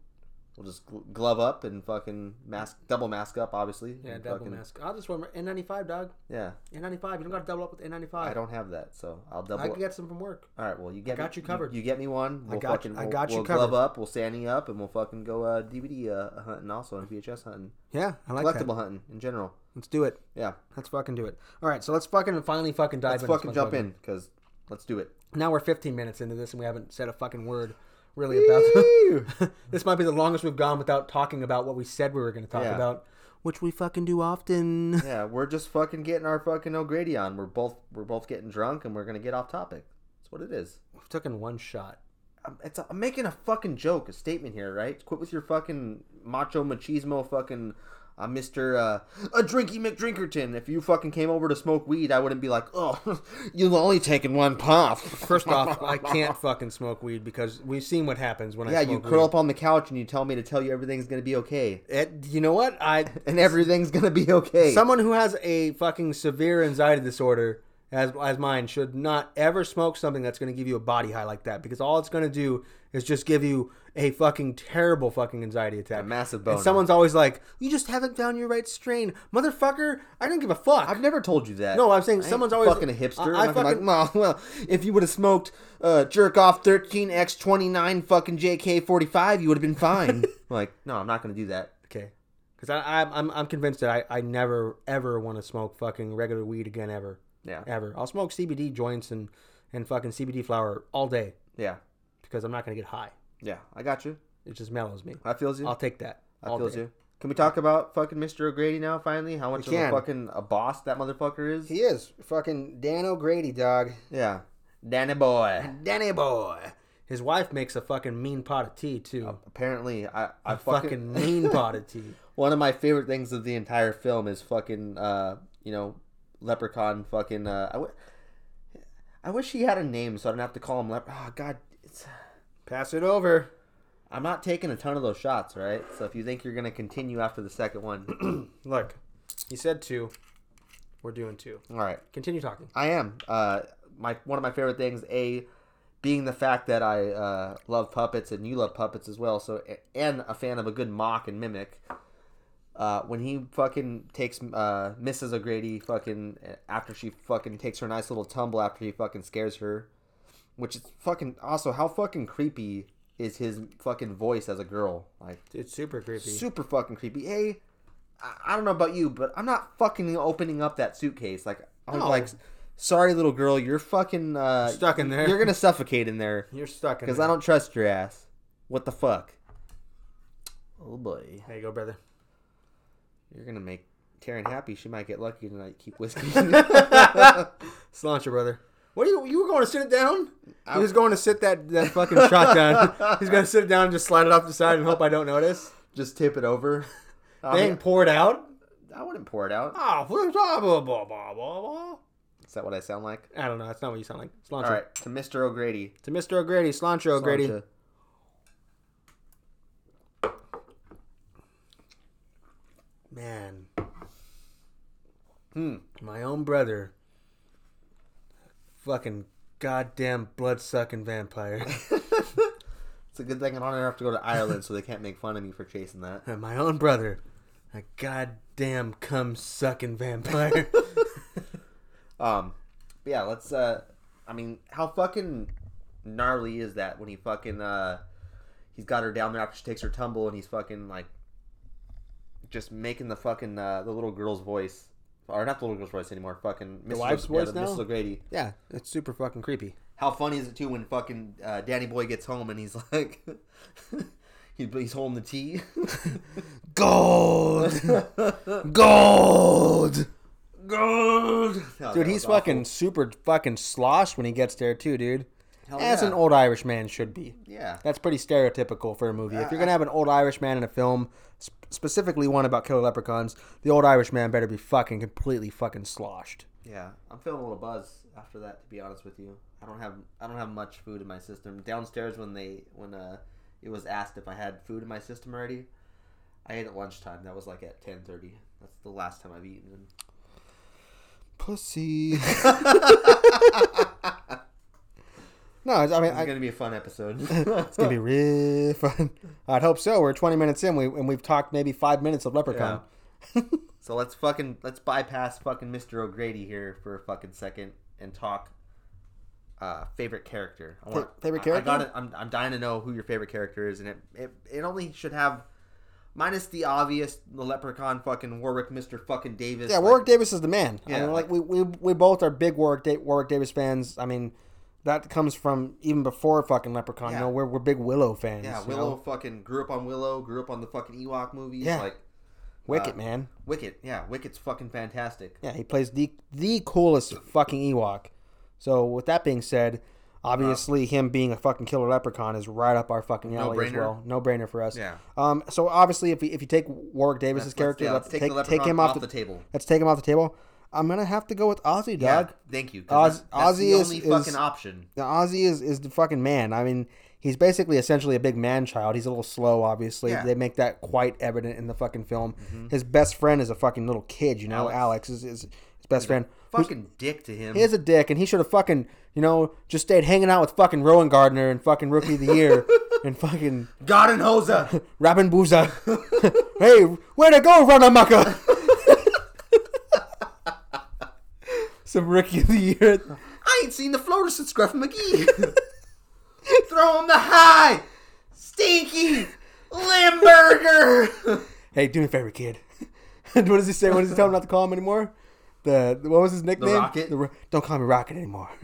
[SPEAKER 2] We'll just gl- glove up and fucking mask double mask up obviously.
[SPEAKER 1] Yeah,
[SPEAKER 2] and
[SPEAKER 1] double
[SPEAKER 2] fucking-
[SPEAKER 1] mask. I'll just wear my N95, dog.
[SPEAKER 2] Yeah,
[SPEAKER 1] N95. You don't got to double up with N95.
[SPEAKER 2] I
[SPEAKER 1] I,
[SPEAKER 2] don't have that, so I'll double.
[SPEAKER 1] can get some from work.
[SPEAKER 2] All right, well you get
[SPEAKER 1] I got
[SPEAKER 2] me,
[SPEAKER 1] you covered.
[SPEAKER 2] You, get me one. We'll
[SPEAKER 1] got you-
[SPEAKER 2] fucking,
[SPEAKER 1] I
[SPEAKER 2] we'll-
[SPEAKER 1] got you
[SPEAKER 2] we'll Glove
[SPEAKER 1] covered.
[SPEAKER 2] up. We'll sandy up, and we'll fucking go uh, DVD uh, hunting also and VHS hunting,
[SPEAKER 1] Yeah, I like
[SPEAKER 2] collectible hunting in general.
[SPEAKER 1] Let's do it.
[SPEAKER 2] Yeah,
[SPEAKER 1] Let's fucking do it. All right, so let's fucking finally fucking dive
[SPEAKER 2] let's
[SPEAKER 1] in.
[SPEAKER 2] fucking jump in because let's do it.
[SPEAKER 1] Now we're 15 minutes into this and we haven't said a fucking word really about This might be the longest we've gone without talking about what we said we were going to talk
[SPEAKER 2] Yeah.
[SPEAKER 1] about, which we fucking do often.
[SPEAKER 2] Yeah, we're just fucking getting our fucking O'Grady on. We're both we're both getting drunk, and we're gonna get off topic. That's what it is.
[SPEAKER 1] We've taken one shot.
[SPEAKER 2] I'm, it's a, I'm making a fucking joke, a statement here, right? Quit with your fucking macho machismo, fucking I'm Mister uh, a Drinky McDrinkerton. If you fucking came over to smoke weed, I wouldn't be like, oh, you've only taken one puff.
[SPEAKER 1] First off, I can't fucking smoke weed because we've seen what happens when I
[SPEAKER 2] Yeah,
[SPEAKER 1] smoke
[SPEAKER 2] you
[SPEAKER 1] weed.
[SPEAKER 2] curl up on the couch and you tell me to tell you everything's gonna be okay,
[SPEAKER 1] It- you know what? I
[SPEAKER 2] and everything's gonna be okay.
[SPEAKER 1] someone who has a fucking severe anxiety disorder as as mine should not ever smoke something that's going to give you a body high like that because all it's going to do is just give you a fucking terrible fucking anxiety attack.
[SPEAKER 2] a massive
[SPEAKER 1] and
[SPEAKER 2] boner.
[SPEAKER 1] someone's always like, "You just haven't found your right strain, motherfucker." I don't give a fuck.
[SPEAKER 2] I've never told you that.
[SPEAKER 1] no, I'm saying
[SPEAKER 2] I ain't
[SPEAKER 1] someone's always
[SPEAKER 2] fucking a hipster.
[SPEAKER 1] I, I
[SPEAKER 2] I'm not gonna
[SPEAKER 1] fucking-
[SPEAKER 2] be like, well, well, if you would have smoked uh, jerk off 13x29 fucking JK45, you would have been fine. like, no, I'm not gonna do that.
[SPEAKER 1] okay, because I, I I'm I'm convinced that I I never ever want to smoke fucking regular weed again ever
[SPEAKER 2] Yeah,
[SPEAKER 1] ever. I'll smoke CBD joints and and fucking CBD flower all day
[SPEAKER 2] yeah,
[SPEAKER 1] because I'm not going to get high.
[SPEAKER 2] yeah. I got you.
[SPEAKER 1] It just mellows me.
[SPEAKER 2] I feels you.
[SPEAKER 1] I'll take that.
[SPEAKER 2] I
[SPEAKER 1] all
[SPEAKER 2] feels
[SPEAKER 1] day.
[SPEAKER 2] you. Can we talk about fucking Mr. O'Grady now? Finally, how much of a
[SPEAKER 1] can.
[SPEAKER 2] fucking a boss that motherfucker is?
[SPEAKER 1] He is fucking Dan O'Grady, dog.
[SPEAKER 2] Yeah, Danny boy.
[SPEAKER 1] Danny boy. His wife makes a fucking mean pot of tea too.
[SPEAKER 2] Apparently, I I
[SPEAKER 1] a fucking mean pot of tea.
[SPEAKER 2] One of my favorite things of the entire film is fucking, uh, you know, Leprechaun fucking. Uh, I, w- I wish he had a name so I don't have to call him Leprechaun. Oh, God. It's,
[SPEAKER 1] Pass it over.
[SPEAKER 2] I'm not taking a ton of those shots, right? So if you think you're going to continue after the second one.
[SPEAKER 1] Look, he said two. We're doing two.
[SPEAKER 2] All right.
[SPEAKER 1] Continue talking.
[SPEAKER 2] I am. Uh, my One of my favorite things, A, being the fact that I uh, love puppets and you love puppets as well. So And a fan of a good mock and mimic. uh, when he fucking takes uh, Mrs. O'Grady fucking uh, after she fucking takes her nice little tumble after he fucking scares her, which is fucking also how fucking creepy is his fucking voice as a girl like
[SPEAKER 1] It's super creepy.
[SPEAKER 2] super fucking creepy. Hey, I, I don't know about you, but I'm not fucking opening up that suitcase like I'm
[SPEAKER 1] No.
[SPEAKER 2] like. Sorry, little girl, you're fucking uh,
[SPEAKER 1] Stuck in there.
[SPEAKER 2] You're gonna suffocate in there
[SPEAKER 1] You're stuck in
[SPEAKER 2] because
[SPEAKER 1] there.
[SPEAKER 2] I don't trust your ass. What the fuck? Oh boy.
[SPEAKER 1] There you go, brother.
[SPEAKER 2] You're gonna make Taryn happy. She might get lucky tonight. Keep whiskey.
[SPEAKER 1] Cilantro, brother. What are you? You were going to sit it down?
[SPEAKER 2] I-
[SPEAKER 1] He was going to sit that, that fucking shot down. He's going to sit it down and just slide it off the side and hope I don't notice.
[SPEAKER 2] Just tip it over. I,
[SPEAKER 1] Dang,
[SPEAKER 2] mean,
[SPEAKER 1] pour it out.
[SPEAKER 2] I wouldn't pour it out.
[SPEAKER 1] Ah, blah, blah, blah, blah, blah, blah.
[SPEAKER 2] Is that what I sound like?
[SPEAKER 1] I don't know. That's not what you sound like. Cilantro.
[SPEAKER 2] All right, to Mr. O'Grady.
[SPEAKER 1] To Mr. O'Grady, Cilantro O'Grady.
[SPEAKER 2] Sancha.
[SPEAKER 1] Man. Hmm. My own brother. Fucking goddamn blood sucking vampire.
[SPEAKER 2] It's a good thing I don't have to go to Ireland, so they can't make fun of me for chasing that.
[SPEAKER 1] My own brother. A goddamn cum sucking vampire.
[SPEAKER 2] Um, but yeah, let's. Uh, I mean, how fucking gnarly is that when he fucking uh, he's got her down there after she takes her tumble, and he's fucking like just making the fucking uh, the little girl's voice, or not the little girl's voice anymore. Fucking Mrs.
[SPEAKER 1] wife's
[SPEAKER 2] yeah,
[SPEAKER 1] voice
[SPEAKER 2] the
[SPEAKER 1] now?
[SPEAKER 2] Mrs. O'Grady.
[SPEAKER 1] yeah, that's super fucking creepy.
[SPEAKER 2] How funny is it too when fucking uh, Danny Boy gets home and he's like, he, he's holding the tea.
[SPEAKER 1] Gold! Gold!
[SPEAKER 2] Gold,
[SPEAKER 1] Dude, he's fucking super fucking sloshed when he gets there too, dude. As
[SPEAKER 2] yeah.
[SPEAKER 1] an old Irish man should be.
[SPEAKER 2] yeah.
[SPEAKER 1] That's pretty stereotypical for a movie. If you're gonna have an old Irish man in a film, sp- specifically one about killer leprechauns, the old Irish man better be fucking completely fucking sloshed.
[SPEAKER 2] Yeah, I'm feeling a little buzz after that. To be honest with you, I don't have I don't have much food in my system. Downstairs when they when uh it was asked if I had food in my system already, I ate at lunchtime. That was like at ten thirty. That's the last time I've eaten.
[SPEAKER 1] Pussy. no, I I mean,
[SPEAKER 2] It's
[SPEAKER 1] I,
[SPEAKER 2] gonna be a fun episode.
[SPEAKER 1] it's gonna be real fun. I'd hope so. We're 20 minutes in, we, and we've talked maybe five minutes of leprechaun.
[SPEAKER 2] so let's fucking let's bypass fucking Mr. O'Grady here for a fucking second and talk. Uh, favorite character. I
[SPEAKER 1] Fa- favorite
[SPEAKER 2] I- I got
[SPEAKER 1] character?
[SPEAKER 2] it. I'm, I'm dying to know who your favorite character is, and it, it it only should have, minus the obvious, the leprechaun fucking Warwick, Mister fucking Davis.
[SPEAKER 1] Yeah,
[SPEAKER 2] like,
[SPEAKER 1] Warwick Davis is the man. I
[SPEAKER 2] Yeah,
[SPEAKER 1] mean, like, we, we we both are big Warwick da- Warwick Davis fans. I mean, that comes from even before fucking Leprechaun.
[SPEAKER 2] Yeah.
[SPEAKER 1] You know, we're we're big Willow fans.
[SPEAKER 2] Yeah,
[SPEAKER 1] you
[SPEAKER 2] Willow
[SPEAKER 1] know?
[SPEAKER 2] fucking grew up on Willow, grew up on the fucking Ewok movies.
[SPEAKER 1] Yeah.
[SPEAKER 2] Like
[SPEAKER 1] Wicket
[SPEAKER 2] uh,
[SPEAKER 1] man.
[SPEAKER 2] Wicket, yeah, Wicket's fucking fantastic.
[SPEAKER 1] Yeah, he plays the the coolest fucking Ewok. So with that being said, Obviously, him being a fucking killer leprechaun is right up our fucking alley as
[SPEAKER 2] brainer.
[SPEAKER 1] well. No brainer for us.
[SPEAKER 2] Yeah.
[SPEAKER 1] Um. So obviously, if we, if you take Warwick Davis's
[SPEAKER 2] Let's-
[SPEAKER 1] character,
[SPEAKER 2] yeah,
[SPEAKER 1] let's,
[SPEAKER 2] the
[SPEAKER 1] take take,
[SPEAKER 2] leprechaun
[SPEAKER 1] him off the,
[SPEAKER 2] table.
[SPEAKER 1] let's take him off the table. I'm gonna have to go with Ozzy, dog.
[SPEAKER 2] Yeah, thank you.
[SPEAKER 1] Oz-
[SPEAKER 2] 'cause that's, that's the
[SPEAKER 1] Ozzy is-
[SPEAKER 2] only
[SPEAKER 1] is-
[SPEAKER 2] fucking option.
[SPEAKER 1] Now, Ozzy is, is the fucking man. I mean, he's basically essentially a big man child. He's a little slow, obviously.
[SPEAKER 2] Yeah. Mm-hmm.
[SPEAKER 1] They make that quite evident in the fucking film. His best friend is a fucking little kid, you know? Alex, is, is his best friend. Who's-
[SPEAKER 2] Fucking dick to him.
[SPEAKER 1] He is a dick, and he should have fucking, you know, just stayed hanging out with fucking Rowan Gardner and fucking Rookie of the Year and fucking
[SPEAKER 2] God and Hosa.
[SPEAKER 1] Robin Booza. hey, way to go, Runamucka! Some Rookie of the Year.
[SPEAKER 2] I ain't seen the floater since Gruff McGee. Throw him the high, stinky Limburger.
[SPEAKER 1] hey, do me a favor, kid. And what does he say? What does he tell him not to call him anymore? The what was his nickname?
[SPEAKER 2] Rocket.
[SPEAKER 1] Ro- don't call me Rocket anymore.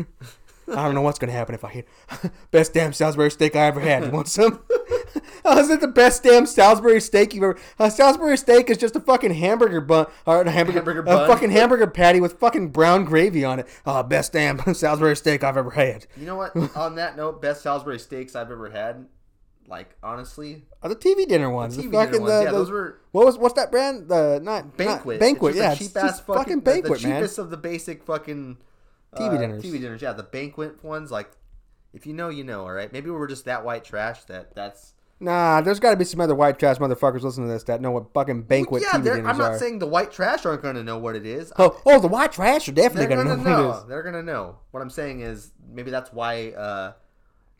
[SPEAKER 1] I don't know what's gonna happen if I hit best damn Salisbury steak I ever had. You want some? How is it the best damn Salisbury steak you've ever? A Salisbury steak is just a fucking hamburger bun or a hamburger,
[SPEAKER 2] Hamburger
[SPEAKER 1] a
[SPEAKER 2] bun.
[SPEAKER 1] fucking hamburger patty with fucking brown gravy on it. Ah, best damn Salisbury steak I've ever had.
[SPEAKER 2] you know what? On that note, best Salisbury steaks I've ever had. Like honestly,
[SPEAKER 1] Oh, the TV dinner ones. The
[SPEAKER 2] TV dinner
[SPEAKER 1] fucking
[SPEAKER 2] ones.
[SPEAKER 1] the-
[SPEAKER 2] yeah,
[SPEAKER 1] the-
[SPEAKER 2] those were
[SPEAKER 1] What was what's that brand? The not
[SPEAKER 2] banquet.
[SPEAKER 1] Not, banquet.
[SPEAKER 2] It's
[SPEAKER 1] yeah,
[SPEAKER 2] just a
[SPEAKER 1] it's
[SPEAKER 2] cheap-ass
[SPEAKER 1] just fucking
[SPEAKER 2] the-
[SPEAKER 1] banquet,
[SPEAKER 2] the,
[SPEAKER 1] man.
[SPEAKER 2] cheapest of the basic fucking
[SPEAKER 1] TV dinners.
[SPEAKER 2] TV dinners. Yeah, the banquet ones. Like, if you know, you know. All right. Maybe we're just that white trash that that's.
[SPEAKER 1] Nah, there's got to be some other white trash motherfuckers listening to this that know what fucking banquet
[SPEAKER 2] yeah,
[SPEAKER 1] TV
[SPEAKER 2] they're-
[SPEAKER 1] dinners
[SPEAKER 2] I'm not
[SPEAKER 1] are.
[SPEAKER 2] saying the white trash aren't going to know what it is.
[SPEAKER 1] oh, oh, the white trash are definitely
[SPEAKER 2] They're
[SPEAKER 1] gonna,
[SPEAKER 2] gonna
[SPEAKER 1] know,
[SPEAKER 2] know.
[SPEAKER 1] what it is.
[SPEAKER 2] They're gonna know. What I'm saying is maybe that's why uh,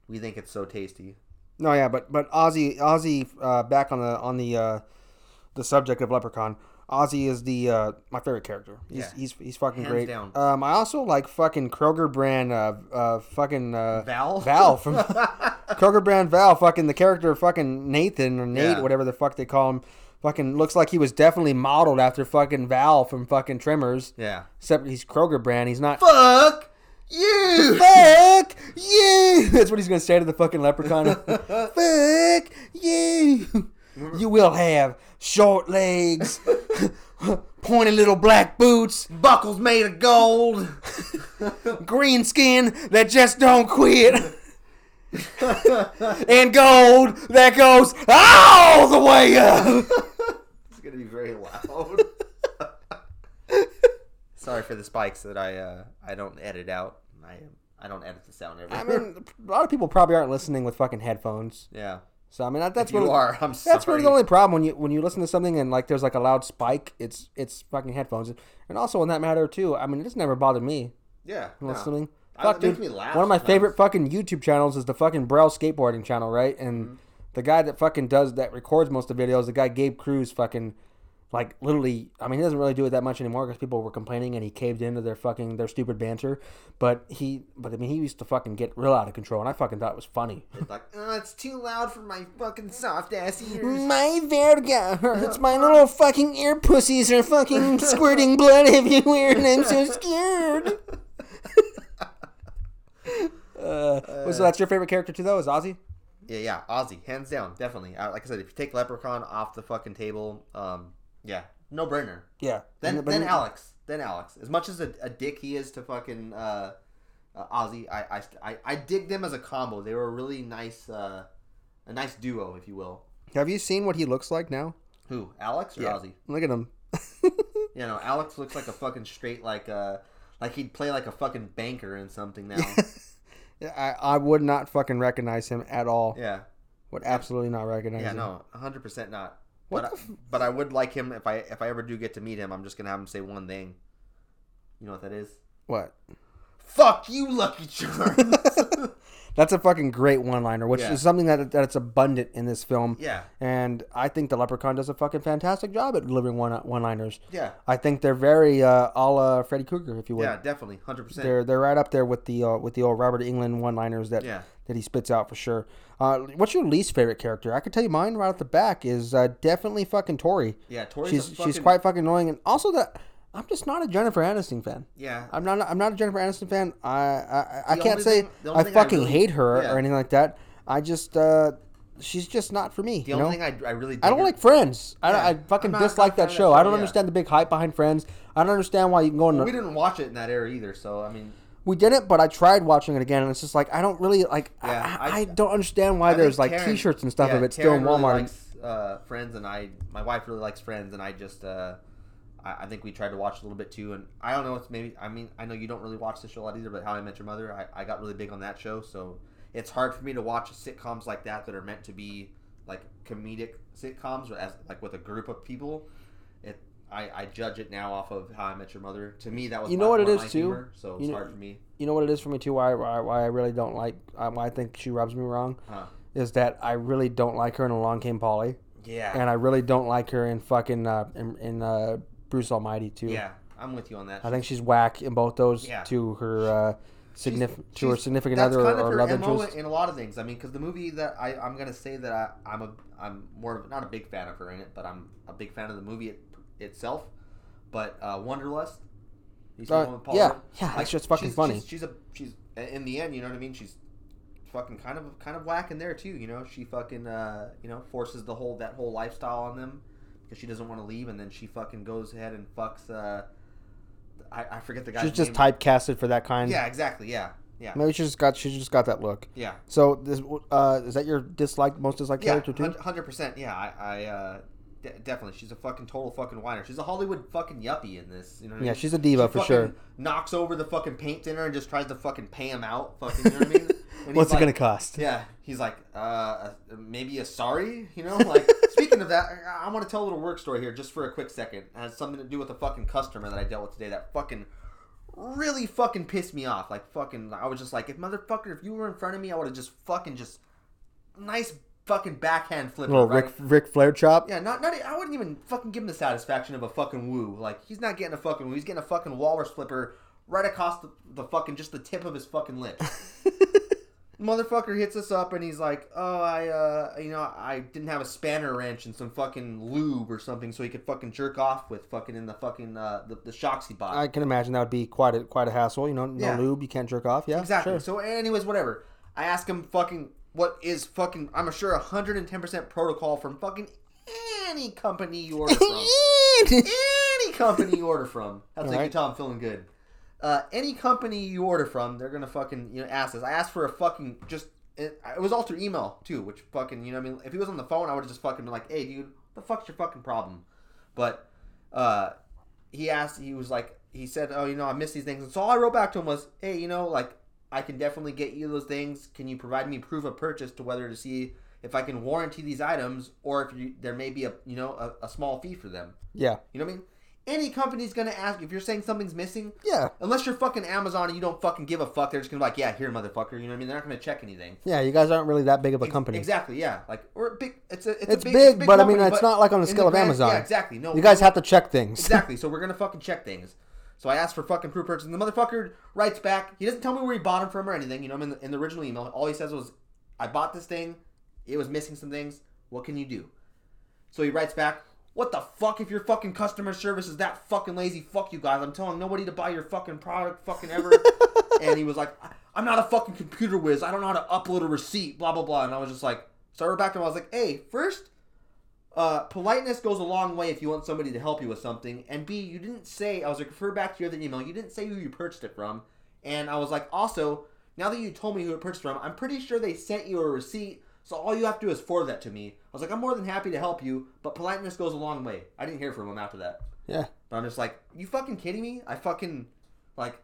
[SPEAKER 2] we think it's so tasty.
[SPEAKER 1] No, yeah, but but Ozzy, Ozzy, uh, back on the on the uh, the subject of Leprechaun. Ozzy is the uh, my favorite character. He's
[SPEAKER 2] Yeah.
[SPEAKER 1] he's, he's fucking
[SPEAKER 2] Hands
[SPEAKER 1] great.
[SPEAKER 2] down.
[SPEAKER 1] Um, I also like fucking Kroger brand uh, uh fucking uh,
[SPEAKER 2] Val?
[SPEAKER 1] Val from Kroger brand Val fucking the character of fucking Nathan or Nate
[SPEAKER 2] Yeah.
[SPEAKER 1] whatever the fuck they call him fucking looks like he was definitely modeled after fucking Val from fucking Tremors.
[SPEAKER 2] Yeah.
[SPEAKER 1] Except he's Kroger brand. He's not.
[SPEAKER 2] Fuck you.
[SPEAKER 1] Fuck you! That's what he's gonna say to the fucking leprechaun. Fuck you! You will have short legs, pointy little black boots,
[SPEAKER 2] Buckles made of gold.
[SPEAKER 1] green skin that just don't quit, and gold that goes all the way up.
[SPEAKER 2] It's gonna be very loud. Sorry for the spikes that I uh, I don't edit out. I I don't edit the sound ever.
[SPEAKER 1] I mean, a lot of people probably aren't listening with fucking headphones.
[SPEAKER 2] yeah.
[SPEAKER 1] So I mean, that, that's
[SPEAKER 2] If you
[SPEAKER 1] really-
[SPEAKER 2] are, I'm sorry.
[SPEAKER 1] That's really the only problem when you when you listen to something and like there's like a loud spike. It's it's fucking headphones, and also in that matter too. I mean, it just never bothered me
[SPEAKER 2] yeah. no.
[SPEAKER 1] listening.
[SPEAKER 2] I-
[SPEAKER 1] Fuck,
[SPEAKER 2] it
[SPEAKER 1] dude.
[SPEAKER 2] makes me laugh
[SPEAKER 1] One of my
[SPEAKER 2] sometimes.
[SPEAKER 1] favorite fucking YouTube channels is the fucking Braille skateboarding channel, right? And
[SPEAKER 2] Mm-hmm.
[SPEAKER 1] the guy that fucking does that records most of the videos, the guy Gabe Cruz, fucking like literally. I mean, he doesn't really do it that much anymore because people were complaining and he caved into their fucking their stupid banter. But he, but I mean, he used to fucking get real out of control, and I fucking thought it was funny.
[SPEAKER 2] It's like, oh, it's too loud for my fucking soft ass ears.
[SPEAKER 1] My verga hurts. My little fucking ear pussies are fucking squirting blood everywhere, and I'm so scared. uh, so that's your favorite character too, though, is Ozzy?
[SPEAKER 2] Yeah, yeah, Ozzy, hands down, definitely. Uh, like I said, if you take Leprechaun off the fucking table, um, yeah, no brainer.
[SPEAKER 1] Yeah.
[SPEAKER 2] Then
[SPEAKER 1] And- but-
[SPEAKER 2] then Alex, then Alex. As much as a, a dick he is to fucking uh, uh, Ozzy, I, I I I dig them as a combo. They were a really nice uh, a nice duo, if you will.
[SPEAKER 1] Have you seen what he looks like now?
[SPEAKER 2] Who Alex or
[SPEAKER 1] Yeah.
[SPEAKER 2] Ozzy?
[SPEAKER 1] Look at him.
[SPEAKER 2] You know, Alex looks like a fucking straight like uh like he'd play like a fucking banker in something now.
[SPEAKER 1] I, I would not fucking recognize him at all.
[SPEAKER 2] yeah,
[SPEAKER 1] Would absolutely not recognize
[SPEAKER 2] yeah,
[SPEAKER 1] him.
[SPEAKER 2] no, hundred percent not.
[SPEAKER 1] What
[SPEAKER 2] But I,
[SPEAKER 1] the f-
[SPEAKER 2] but I would like him if I if I ever do get to meet him, I'm just gonna have him say one thing. You know what that is?
[SPEAKER 1] What?
[SPEAKER 2] Fuck you, Lucky Charms.
[SPEAKER 1] That's a fucking great one-liner, which
[SPEAKER 2] Yeah.
[SPEAKER 1] is something that that's abundant in this film.
[SPEAKER 2] yeah,
[SPEAKER 1] And I think the Leprechaun does a fucking fantastic job at delivering one one-liners.
[SPEAKER 2] yeah,
[SPEAKER 1] I think they're very uh, a la Freddy Krueger, if you will.
[SPEAKER 2] yeah, definitely, hundred percent.
[SPEAKER 1] They're they're right up there with the uh, with the old Robert England one-liners that
[SPEAKER 2] Yeah.
[SPEAKER 1] that he spits out for sure. Uh, what's your least favorite character? I could tell you mine right off the back is uh, definitely fucking Tori.
[SPEAKER 2] Yeah, Tori's
[SPEAKER 1] she's
[SPEAKER 2] a fucking,
[SPEAKER 1] she's quite fucking annoying, and also that I'm just not a Jennifer Aniston fan.
[SPEAKER 2] Yeah,
[SPEAKER 1] I'm not I'm not a Jennifer Aniston fan. I I, I
[SPEAKER 2] The
[SPEAKER 1] can't
[SPEAKER 2] only
[SPEAKER 1] say
[SPEAKER 2] thing- the only
[SPEAKER 1] I
[SPEAKER 2] thing I
[SPEAKER 1] fucking
[SPEAKER 2] really-
[SPEAKER 1] hate her
[SPEAKER 2] yeah.
[SPEAKER 1] or anything like that. I just uh, she's just not for me.
[SPEAKER 2] the
[SPEAKER 1] you
[SPEAKER 2] only
[SPEAKER 1] know?
[SPEAKER 2] thing I, I really dig
[SPEAKER 1] I don't
[SPEAKER 2] her-
[SPEAKER 1] like Friends. I,
[SPEAKER 2] Yeah.
[SPEAKER 1] I fucking
[SPEAKER 2] I'm not-
[SPEAKER 1] dislike
[SPEAKER 2] I'm not
[SPEAKER 1] that
[SPEAKER 2] a
[SPEAKER 1] show.
[SPEAKER 2] fan,
[SPEAKER 1] I don't
[SPEAKER 2] yeah.
[SPEAKER 1] understand the big hype behind Friends. I don't understand why you can go in.
[SPEAKER 2] We
[SPEAKER 1] the-
[SPEAKER 2] didn't watch it in that era either, so I mean,
[SPEAKER 1] we didn't, but I tried watching it again, and it's just like I don't really like.
[SPEAKER 2] Yeah,
[SPEAKER 1] I,
[SPEAKER 2] I-
[SPEAKER 1] I, don't understand why
[SPEAKER 2] I think
[SPEAKER 1] there's like
[SPEAKER 2] Karen-
[SPEAKER 1] T-shirts and stuff
[SPEAKER 2] yeah,
[SPEAKER 1] of it still
[SPEAKER 2] Karen
[SPEAKER 1] in
[SPEAKER 2] really
[SPEAKER 1] Walmart.
[SPEAKER 2] likes, uh, Friends and I, my wife really likes Friends, and I just, uh, I, I think we tried to watch a little bit too. And I don't know, it's maybe, I mean, I know you don't really watch the show a lot either, but How I Met Your Mother, I, I got really big on that show, so it's hard for me to watch sitcoms like that that are meant to be like comedic sitcoms or as like with a group of people. It, I, I judge it now off of How I Met Your Mother. To me, that was
[SPEAKER 1] You know
[SPEAKER 2] my-
[SPEAKER 1] what it
[SPEAKER 2] my-
[SPEAKER 1] is,
[SPEAKER 2] my
[SPEAKER 1] too?
[SPEAKER 2] humor, so it's
[SPEAKER 1] You know-
[SPEAKER 2] hard for me.
[SPEAKER 1] you know what it is for me too? Why why, why I really don't like uh, why I think she rubs me wrong
[SPEAKER 2] Huh.
[SPEAKER 1] is that I really don't like her in Along Came Polly,
[SPEAKER 2] Yeah,
[SPEAKER 1] and I really don't like her in fucking uh, in, in uh, Bruce Almighty too.
[SPEAKER 2] yeah, I'm with you on that.
[SPEAKER 1] I think she's whack in both those
[SPEAKER 2] Yeah.
[SPEAKER 1] to her uh,
[SPEAKER 2] She's-
[SPEAKER 1] signif- to her
[SPEAKER 2] she's-
[SPEAKER 1] significant
[SPEAKER 2] that's
[SPEAKER 1] other
[SPEAKER 2] kind of
[SPEAKER 1] or
[SPEAKER 2] her
[SPEAKER 1] love
[SPEAKER 2] MO
[SPEAKER 1] interest.
[SPEAKER 2] in a lot of things. I mean, because the movie that I, I'm gonna say that I, I'm a I'm more of, not a big fan of her in it, but I'm a big fan of the movie it, itself. But uh, Wonderlust, you seen
[SPEAKER 1] Uh,
[SPEAKER 2] the one with Paul
[SPEAKER 1] yeah.
[SPEAKER 2] Rudd?
[SPEAKER 1] Yeah, it's just fucking
[SPEAKER 2] she's,
[SPEAKER 1] funny.
[SPEAKER 2] She's, she's a she's in the end, you know what I mean? She's fucking kind of kind of whack in there too. You know, she fucking uh, you know forces the whole that whole lifestyle on them because she doesn't want to leave, and then she fucking goes ahead and fucks. Uh, I, I forget the guy's
[SPEAKER 1] She's just
[SPEAKER 2] name.
[SPEAKER 1] typecasted for that kind.
[SPEAKER 2] Yeah, exactly. Yeah, yeah,
[SPEAKER 1] Maybe she just got she just got that look.
[SPEAKER 2] yeah.
[SPEAKER 1] So this uh, is that your dislike most disliked
[SPEAKER 2] Yeah,
[SPEAKER 1] character too?
[SPEAKER 2] hundred percent. Yeah, I, I uh, de- definitely. She's a fucking total fucking whiner. She's a Hollywood fucking yuppie in this. You know what I
[SPEAKER 1] Yeah,
[SPEAKER 2] mean?
[SPEAKER 1] she's a diva for
[SPEAKER 2] fucking
[SPEAKER 1] sure.
[SPEAKER 2] Knocks over the fucking paint thinner and just tries to fucking pay him out. Fucking, you know what I mean? And
[SPEAKER 1] What's
[SPEAKER 2] he's
[SPEAKER 1] it gonna
[SPEAKER 2] like-
[SPEAKER 1] cost?
[SPEAKER 2] Yeah, he's like, uh, maybe a sorry. You know, like speaking of that, I, I want to tell a little work story here just for a quick second. It has something to do with a fucking customer that I dealt with today. That fucking really fucking pissed me off. Like fucking, I was just like, if motherfucker, if you were in front of me, I would have just fucking just nice fucking backhand flip.
[SPEAKER 1] little
[SPEAKER 2] right?
[SPEAKER 1] Rick Rick Flair chop.
[SPEAKER 2] Yeah, not not. I wouldn't even fucking give him the satisfaction of a fucking woo. Like he's not getting a fucking woo. He's getting a fucking walrus flipper right across the, the fucking just the tip of his fucking lip. Motherfucker hits us up and he's like, "Oh, I uh, you know, I didn't have a spanner wrench and some fucking lube or something, so he could fucking jerk off with fucking in the fucking uh the, the shoxy box."
[SPEAKER 1] I can imagine that would be quite a quite a hassle. You know, no
[SPEAKER 2] Yeah.
[SPEAKER 1] lube, you can't jerk off. Yeah,
[SPEAKER 2] Exactly.
[SPEAKER 1] sure.
[SPEAKER 2] So, anyways, whatever. I ask him fucking what is fucking. I'm sure 110 percent protocol from fucking any company you order from. any company you order from. That's like you
[SPEAKER 1] Alright.
[SPEAKER 2] tell I'm feeling good. Uh, any company you order from, they're gonna fucking you know ask this. I asked for a fucking just. It, it was all through email too, which fucking you know what I mean. If he was on the phone, I would have just fucking been like, "Hey, dude, the fuck's your fucking problem?" But uh, he asked, he was like, he said, oh, you know, I miss these things. And so all I wrote back to him was, hey, you know, like, I can definitely get you those things. Can you provide me proof of purchase to whether to see if I can warranty these items or if you, there may be a, you know, a, a small fee for them?
[SPEAKER 1] Yeah,
[SPEAKER 2] You know what I mean? Any company's gonna ask if you're saying something's missing.
[SPEAKER 1] yeah,
[SPEAKER 2] Unless you're fucking Amazon and you don't fucking give a fuck, they're just gonna be like, yeah, here, motherfucker. You know what I mean? They're not gonna check anything.
[SPEAKER 1] yeah. You guys aren't really that big of a
[SPEAKER 2] Ex-
[SPEAKER 1] company.
[SPEAKER 2] Exactly. Yeah. Like, or big. It's a. It's, a
[SPEAKER 1] It's
[SPEAKER 2] big,
[SPEAKER 1] big,
[SPEAKER 2] it's a
[SPEAKER 1] but I mean,
[SPEAKER 2] company,
[SPEAKER 1] it's
[SPEAKER 2] but
[SPEAKER 1] not like on the
[SPEAKER 2] in
[SPEAKER 1] scale of
[SPEAKER 2] grand-
[SPEAKER 1] Amazon.
[SPEAKER 2] Yeah, exactly. No,
[SPEAKER 1] You guys have to check things.
[SPEAKER 2] Exactly. So we're gonna fucking check things. So I asked for fucking proof purchase, and the motherfucker writes back. He doesn't tell me where he bought them from or anything. You know, I'm in the, in the original email. All he says was, "I bought this thing. It was missing some things. What can you do?" So he writes back, "What the fuck? If your fucking customer service is that fucking lazy, fuck you guys. I'm telling nobody to buy your fucking product, fucking ever." and he was like, "I- "I'm not a fucking computer whiz. I don't know how to upload a receipt. Blah blah blah." And I was just like, so I wrote back to him. I was like, "Hey, first, uh, politeness goes a long way if you want somebody to help you with something. And B, you didn't say, I was like, refer back to your other email, you didn't say who you purchased it from. And I was like, also, now that you told me who it purchased from, I'm pretty sure they sent you a receipt, so all you have to do is forward that to me. I was like, I'm more than happy to help you, but politeness goes a long way. I didn't hear from him after that.
[SPEAKER 1] Yeah,
[SPEAKER 2] But I'm just like, you fucking kidding me? I fucking, like,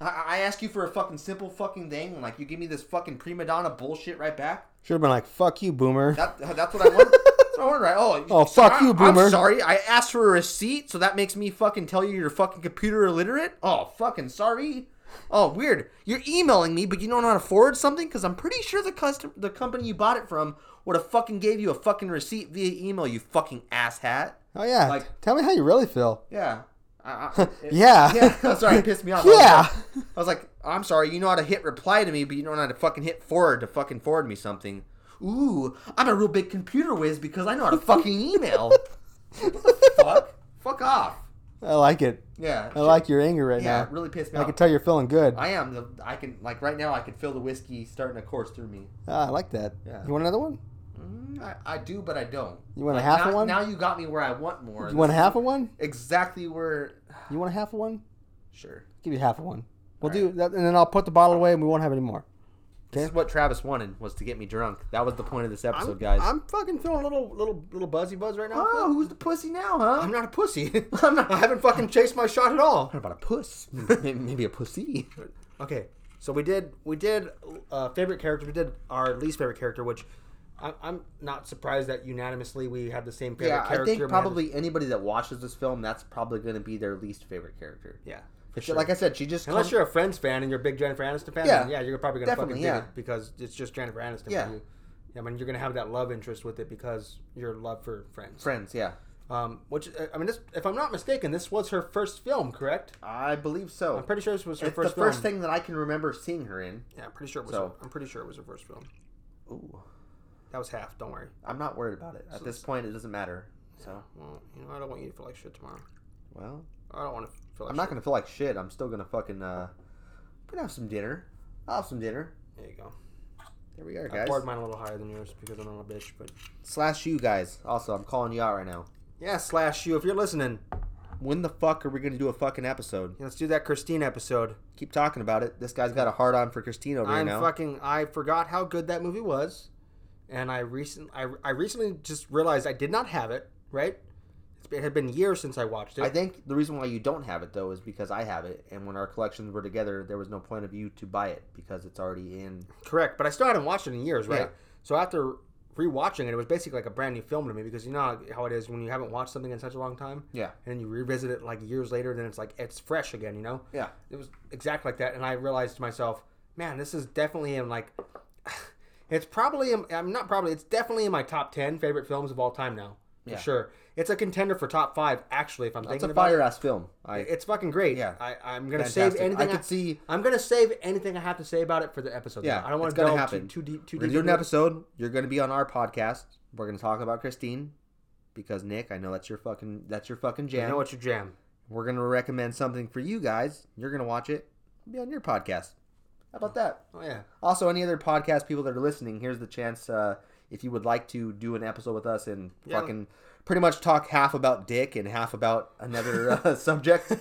[SPEAKER 2] I, I asked you for a fucking simple fucking thing, and like, you give me this fucking prima donna bullshit right back?
[SPEAKER 1] should have been like, "Fuck you, boomer."
[SPEAKER 2] That, that's what I wanted. that's what I wanted, right? Oh,
[SPEAKER 1] Oh,
[SPEAKER 2] so
[SPEAKER 1] fuck
[SPEAKER 2] I-
[SPEAKER 1] you, boomer.
[SPEAKER 2] I'm sorry. I asked for a receipt, so that makes me fucking tell you you're fucking computer illiterate. Oh, fucking sorry. Oh, weird. You're emailing me, but you don't know how to forward something because I'm pretty sure the custom the company you bought it from would have fucking gave you a fucking receipt via email. You fucking asshat.
[SPEAKER 1] oh yeah.
[SPEAKER 2] like-
[SPEAKER 1] tell me how you really feel.
[SPEAKER 2] Yeah. I, I, it-
[SPEAKER 1] Yeah.
[SPEAKER 2] Yeah. I'm sorry. It pissed me off. I was
[SPEAKER 1] Yeah.
[SPEAKER 2] like- I was like, I'm sorry. You know how to hit reply to me, but you don't know how to fucking hit forward to fucking forward me something. Ooh, I'm a real big computer whiz because I know how to fucking email. what the fuck? Fuck off.
[SPEAKER 1] I like it.
[SPEAKER 2] Yeah.
[SPEAKER 1] I like your anger right
[SPEAKER 2] Yeah,
[SPEAKER 1] now.
[SPEAKER 2] it really pissed me
[SPEAKER 1] I
[SPEAKER 2] off.
[SPEAKER 1] can tell you're feeling good.
[SPEAKER 2] I am. The, I can like right now. I can feel the whiskey starting to course through me.
[SPEAKER 1] Ah, I like that.
[SPEAKER 2] Yeah.
[SPEAKER 1] You want another one?
[SPEAKER 2] Mm, I, I do, but I don't.
[SPEAKER 1] You want a
[SPEAKER 2] Like,
[SPEAKER 1] half
[SPEAKER 2] now,
[SPEAKER 1] of one?
[SPEAKER 2] Now you got me where I want more.
[SPEAKER 1] you want
[SPEAKER 2] This
[SPEAKER 1] a
[SPEAKER 2] is
[SPEAKER 1] half of one?
[SPEAKER 2] Exactly where.
[SPEAKER 1] You want a half of one?
[SPEAKER 2] Sure.
[SPEAKER 1] Give you half of one. We'll do that, and then I'll put the bottle away, and we won't have any more.
[SPEAKER 2] This is what Travis wanted was to get me drunk. That was the point of this episode,
[SPEAKER 1] I'm,
[SPEAKER 2] guys.
[SPEAKER 1] I'm fucking feeling a little, little, little buzzy buzz right now.
[SPEAKER 2] oh, who's the pussy now, huh?
[SPEAKER 1] I'm not a pussy. I'm not. I haven't fucking chased my shot at all.
[SPEAKER 2] What about a puss? maybe, maybe a pussy.
[SPEAKER 1] Okay, so we did we did uh, favorite character. We did our least favorite character, which I'm, I'm not surprised that unanimously we had the same favorite
[SPEAKER 2] Yeah, I
[SPEAKER 1] character.
[SPEAKER 2] think
[SPEAKER 1] We had
[SPEAKER 2] probably anybody that watches this film, that's probably going to be their least favorite character.
[SPEAKER 1] the- yeah.
[SPEAKER 2] For sure. Like I said, she just
[SPEAKER 1] Unless
[SPEAKER 2] come-
[SPEAKER 1] you're a Friends fan and you're a big Jennifer Aniston fan,
[SPEAKER 2] Yeah.
[SPEAKER 1] then yeah, you're probably gonna fucking
[SPEAKER 2] Definitely,
[SPEAKER 1] dig
[SPEAKER 2] yeah.
[SPEAKER 1] it because it's just Jennifer Aniston. for
[SPEAKER 2] Yeah.
[SPEAKER 1] you. I mean, you're gonna have that love interest with it because your love for Friends.
[SPEAKER 2] friends. Yeah,
[SPEAKER 1] Um, which uh, I mean, this, if I'm not mistaken, this was her first film, correct?
[SPEAKER 2] I believe so.
[SPEAKER 1] I'm pretty sure this was her
[SPEAKER 2] it's
[SPEAKER 1] first.
[SPEAKER 2] the first
[SPEAKER 1] film.
[SPEAKER 2] thing that I can remember seeing her in.
[SPEAKER 1] Yeah, I'm pretty sure it was.
[SPEAKER 2] So-
[SPEAKER 1] Her, I'm pretty sure it was her first film.
[SPEAKER 2] Ooh,
[SPEAKER 1] That was half. Don't worry.
[SPEAKER 2] I'm not worried about it at this point. It doesn't matter. So,
[SPEAKER 1] Well, you know, I don't want you to feel like shit tomorrow.
[SPEAKER 2] well,
[SPEAKER 1] I don't want to feel like
[SPEAKER 2] I'm not
[SPEAKER 1] shit.
[SPEAKER 2] gonna feel like shit. I'm still gonna fucking uh, I'm gonna have some dinner. I'll have some dinner.
[SPEAKER 1] There you go.
[SPEAKER 2] There we are,
[SPEAKER 1] I
[SPEAKER 2] guys.
[SPEAKER 1] poured mine a little higher than yours because I'm not a bitch. But
[SPEAKER 2] Slash you guys. Also, I'm calling you out right now.
[SPEAKER 1] yeah, slash you if you're listening.
[SPEAKER 2] When the fuck are we gonna do a fucking episode?
[SPEAKER 1] Let's do that Christine episode.
[SPEAKER 2] Keep talking about it. This guy's got a hard on for Christine over here
[SPEAKER 1] I'm
[SPEAKER 2] now.
[SPEAKER 1] fucking. I forgot how good that movie was, and I recent. I, I recently just realized I did not have it. Right. It's been, it had been years since I watched it.
[SPEAKER 2] I think the reason why you don't have it though is because I have it, and when our collections were together, there was no point of you to buy it because it's already in.
[SPEAKER 1] Correct, but I still hadn't watched it in years, right?
[SPEAKER 2] Yeah.
[SPEAKER 1] So after rewatching it, it was basically like a brand new film to me because you know how it is when you haven't watched something in such a long time,
[SPEAKER 2] Yeah,
[SPEAKER 1] and then you revisit it like years later, then it's like it's fresh again, you know?
[SPEAKER 2] yeah.
[SPEAKER 1] It was exactly like that, and I realized to myself, man, this is definitely in like, it's probably in, I'm not probably it's definitely in my top ten favorite films of all time now for
[SPEAKER 2] Yeah.
[SPEAKER 1] sure. It's a contender for top five actually. If I'm
[SPEAKER 2] It's
[SPEAKER 1] thinking
[SPEAKER 2] a
[SPEAKER 1] about
[SPEAKER 2] fire
[SPEAKER 1] it,
[SPEAKER 2] ass film. I
[SPEAKER 1] it's fucking great.
[SPEAKER 2] Yeah.
[SPEAKER 1] I, I'm gonna
[SPEAKER 2] fantastic.
[SPEAKER 1] save anything.
[SPEAKER 2] I could see.
[SPEAKER 1] I'm gonna save anything I have to say about it for the episode.
[SPEAKER 2] Yeah,
[SPEAKER 1] though. I don't want
[SPEAKER 2] it's
[SPEAKER 1] to
[SPEAKER 2] gonna
[SPEAKER 1] go
[SPEAKER 2] happen.
[SPEAKER 1] too, too deep. Too
[SPEAKER 2] We're gonna
[SPEAKER 1] deep.
[SPEAKER 2] do an
[SPEAKER 1] into it.
[SPEAKER 2] episode. You're gonna be on our podcast. We're gonna talk about Christine because Nick, I know that's your fucking that's your fucking
[SPEAKER 1] I
[SPEAKER 2] jam.
[SPEAKER 1] know it's your jam.
[SPEAKER 2] We're gonna recommend something for you guys. You're gonna watch it. It'll be on your podcast. How about that?
[SPEAKER 1] Oh yeah,
[SPEAKER 2] Also, any other podcast people that are listening, here's the chance. Uh, if you would like to do an episode with us and
[SPEAKER 1] Yeah.
[SPEAKER 2] fucking pretty much talk half about dick and half about another uh, subject,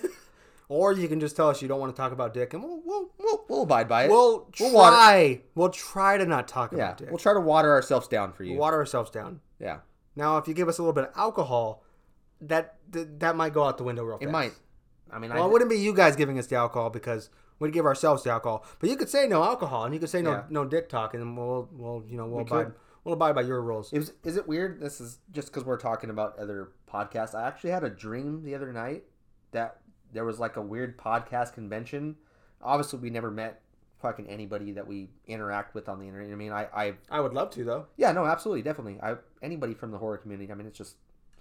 [SPEAKER 1] or you can just tell us you don't want to talk about dick, and we'll we'll
[SPEAKER 2] we'll, we'll abide by it.
[SPEAKER 1] we'll
[SPEAKER 2] Eh, We'll water-
[SPEAKER 1] try. We'll try to not talk
[SPEAKER 2] yeah,
[SPEAKER 1] about dick.
[SPEAKER 2] we'll try to water ourselves down for you.
[SPEAKER 1] We'll water ourselves down.
[SPEAKER 2] yeah,
[SPEAKER 1] Now, if you give us a little bit of alcohol, that th- that might go out the window real
[SPEAKER 2] it
[SPEAKER 1] fast.
[SPEAKER 2] might. I mean,
[SPEAKER 1] Well,
[SPEAKER 2] I
[SPEAKER 1] it wouldn't be you guys giving us the alcohol because we'd give ourselves the alcohol. But you could say no alcohol, and you could say no
[SPEAKER 2] Yeah.
[SPEAKER 1] no dick talk, and then we'll we'll you know we'll
[SPEAKER 2] We
[SPEAKER 1] abide
[SPEAKER 2] could.
[SPEAKER 1] we'll abide by your rules.
[SPEAKER 2] It was, is it weird? This is just because we're talking about other podcasts. I actually had a dream the other night that there was like a weird podcast convention. Obviously, we never met fucking anybody that we interact with on the internet. I mean, I, I
[SPEAKER 1] I would love to though.
[SPEAKER 2] yeah, no, absolutely, definitely. I anybody from the horror community. I mean, it's just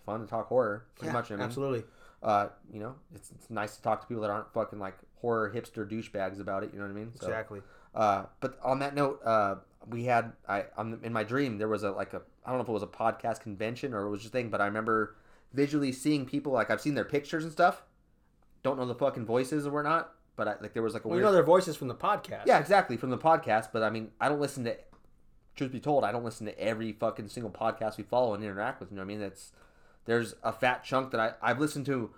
[SPEAKER 2] fun to talk horror, pretty
[SPEAKER 1] Yeah,
[SPEAKER 2] much. I mean,
[SPEAKER 1] absolutely.
[SPEAKER 2] Uh, you know, it's, it's nice to talk to people that aren't fucking like horror hipster douchebags about it. You know what I mean? So,
[SPEAKER 1] Exactly.
[SPEAKER 2] Uh, but on that note, uh, we had I on in my dream there was a like a I don't know if it was a podcast convention or it was just a thing, but I remember visually seeing people like I've seen their pictures and stuff. Don't know the fucking voices or whatnot, but I, like there was like a
[SPEAKER 1] Well, you
[SPEAKER 2] weird
[SPEAKER 1] know their voices from the podcast.
[SPEAKER 2] yeah exactly from the podcast. But I mean I don't listen to truth be told I don't listen to every fucking single podcast we follow and interact with. You know what I mean? That's there's a fat chunk that I I've listened to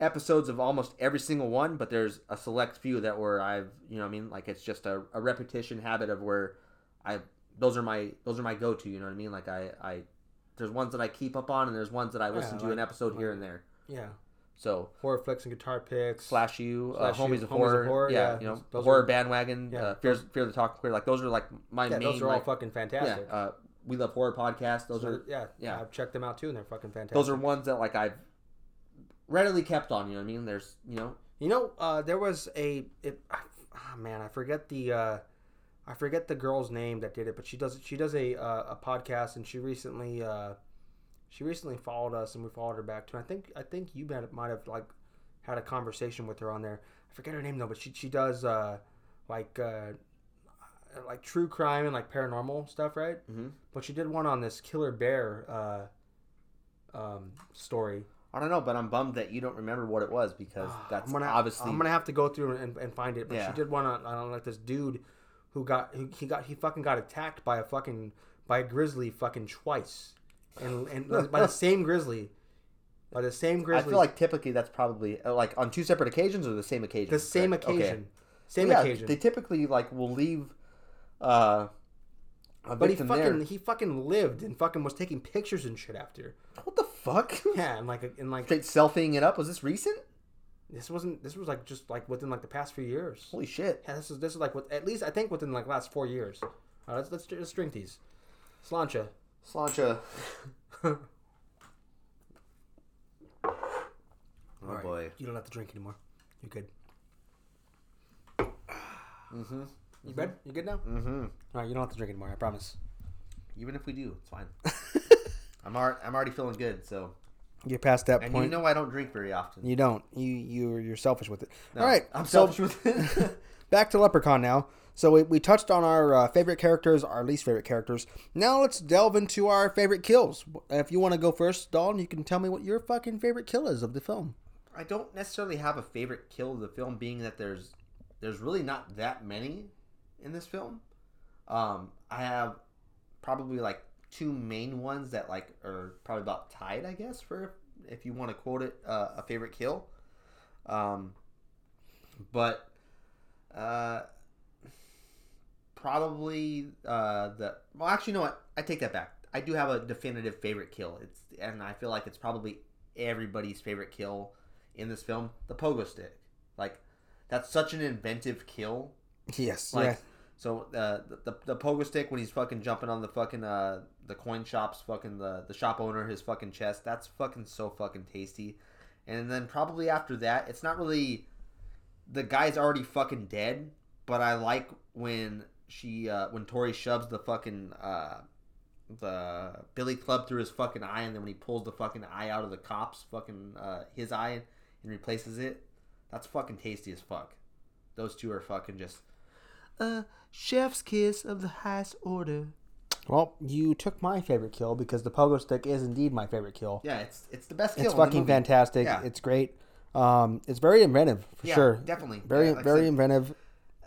[SPEAKER 2] episodes of almost every single one, but there's a select few that where I've you know what I mean like it's just a, a repetition habit of where I those are my those are my go to. You know what I mean? Like I I there's ones that I keep up on and there's ones that I listen to
[SPEAKER 1] like-
[SPEAKER 2] an episode here and there.
[SPEAKER 1] Yeah.
[SPEAKER 2] So
[SPEAKER 1] Horror flicks and guitar picks.
[SPEAKER 2] slash you, uh,
[SPEAKER 1] Slash You,
[SPEAKER 2] homies,
[SPEAKER 1] Homies
[SPEAKER 2] of,
[SPEAKER 1] of
[SPEAKER 2] horror,
[SPEAKER 1] Horror,
[SPEAKER 2] yeah,
[SPEAKER 1] yeah,
[SPEAKER 2] you know
[SPEAKER 1] those
[SPEAKER 2] horror
[SPEAKER 1] are-
[SPEAKER 2] bandwagon,
[SPEAKER 1] yeah,
[SPEAKER 2] uh, fear fear the talking queer. Like those are like my
[SPEAKER 1] yeah,
[SPEAKER 2] main
[SPEAKER 1] those are all
[SPEAKER 2] like,
[SPEAKER 1] fucking
[SPEAKER 2] yeah.
[SPEAKER 1] fantastic.
[SPEAKER 2] Uh, we love horror podcasts. Those
[SPEAKER 1] So,
[SPEAKER 2] are
[SPEAKER 1] yeah,
[SPEAKER 2] yeah.
[SPEAKER 1] I've checked them out too, and they're fucking fantastic.
[SPEAKER 2] those are ones that like I've readily kept on. You know what I mean? There's you know
[SPEAKER 1] You know, uh, there was a. It, oh man, I forget the. Uh, I forget the girl's name that did it, but she does. She does a uh, a podcast, and she recently. Uh, she recently followed us, and we followed her back too. I think. I think you might have, might have like had a conversation with her on there. I forget her name though, but she she does uh, like uh, like true crime and like paranormal stuff, right?
[SPEAKER 2] Mhm.
[SPEAKER 1] But she did one on this killer bear uh, um, story.
[SPEAKER 2] I don't know, but I'm bummed that you don't remember what it was because that's
[SPEAKER 1] Ah, I'm gonna,
[SPEAKER 2] obviously
[SPEAKER 1] I'm gonna have to go through and, and find it. But
[SPEAKER 2] Yeah.
[SPEAKER 1] she did one on, on like this dude who got who, he got he fucking got attacked by a fucking by a grizzly fucking twice, and and by the same grizzly, by the same
[SPEAKER 2] I
[SPEAKER 1] grizzly.
[SPEAKER 2] feel like typically that's probably uh, like on two separate occasions or the same occasion.
[SPEAKER 1] the same
[SPEAKER 2] correct? Okay.
[SPEAKER 1] occasion. Same
[SPEAKER 2] yeah,
[SPEAKER 1] occasion.
[SPEAKER 2] They typically like will leave uh a
[SPEAKER 1] but he
[SPEAKER 2] victim
[SPEAKER 1] fucking
[SPEAKER 2] there.
[SPEAKER 1] he fucking lived and fucking was taking pictures and shit after.
[SPEAKER 2] What the fuck?
[SPEAKER 1] Yeah, and like and like
[SPEAKER 2] Straight selfieing it up. Was this recent?
[SPEAKER 1] this wasn't this was like just like within like the past few years.
[SPEAKER 2] Holy shit.
[SPEAKER 1] Yeah, this is this is like with at least I think within like last four years. All right, let's let's, let's drink these. Slancha.
[SPEAKER 2] Slancha.
[SPEAKER 1] oh
[SPEAKER 2] Oh boy.
[SPEAKER 1] You don't have to drink anymore. You're good. You good? You good now?
[SPEAKER 2] Mm-hmm.
[SPEAKER 1] All right, you don't have to drink anymore. I promise.
[SPEAKER 2] Even if we do, it's fine. I'm already, I'm already feeling good. So,
[SPEAKER 1] You're past that
[SPEAKER 2] and
[SPEAKER 1] point.
[SPEAKER 2] you know I don't drink very often.
[SPEAKER 1] You don't. You you you're selfish with it.
[SPEAKER 2] No,
[SPEAKER 1] All right.
[SPEAKER 2] I'm
[SPEAKER 1] so
[SPEAKER 2] selfish with it.
[SPEAKER 1] back to Leprechaun now. So we, we touched on our uh, favorite characters, our least favorite characters. Now let's delve into our favorite kills. If you want to go first, Dalton, you can tell me what your fucking favorite kill is of the film.
[SPEAKER 2] I don't necessarily have a favorite kill of the film, being that there's there's really not that many in this film. Um, I have probably like two main ones that like are probably about tied, I guess, for if you want to quote it uh, a favorite kill. Um, but uh, probably uh, the well, actually, you know what? I take that back. I do have a definitive favorite kill. It's and I feel like it's probably everybody's favorite kill in this film, the pogo stick. Like that's such an inventive kill.
[SPEAKER 1] Yes.
[SPEAKER 2] Like
[SPEAKER 1] yeah.
[SPEAKER 2] so uh, the, the the pogo stick when he's fucking jumping on the fucking uh the coin shops fucking the the shop owner his fucking chest. That's fucking so fucking tasty. And then probably after that, it's not really the guy's already fucking dead, but I like when she uh when Tori shoves the fucking uh the Billy Club through his fucking eye, and then when he pulls the fucking eye out of the cop's fucking uh, his eye and replaces it, that's fucking tasty as fuck. Those two are fucking just uh chef's kiss of the highest order.
[SPEAKER 1] Well, you took my favorite kill because the pogo stick is indeed my favorite kill.
[SPEAKER 2] Yeah, it's it's the best. Kill
[SPEAKER 1] it's
[SPEAKER 2] in the
[SPEAKER 1] fucking
[SPEAKER 2] movie.
[SPEAKER 1] fantastic.
[SPEAKER 2] Yeah.
[SPEAKER 1] It's great. Um, it's very inventive for
[SPEAKER 2] Yeah,
[SPEAKER 1] sure.
[SPEAKER 2] definitely.
[SPEAKER 1] Very
[SPEAKER 2] Yeah, like I
[SPEAKER 1] very
[SPEAKER 2] said-
[SPEAKER 1] inventive.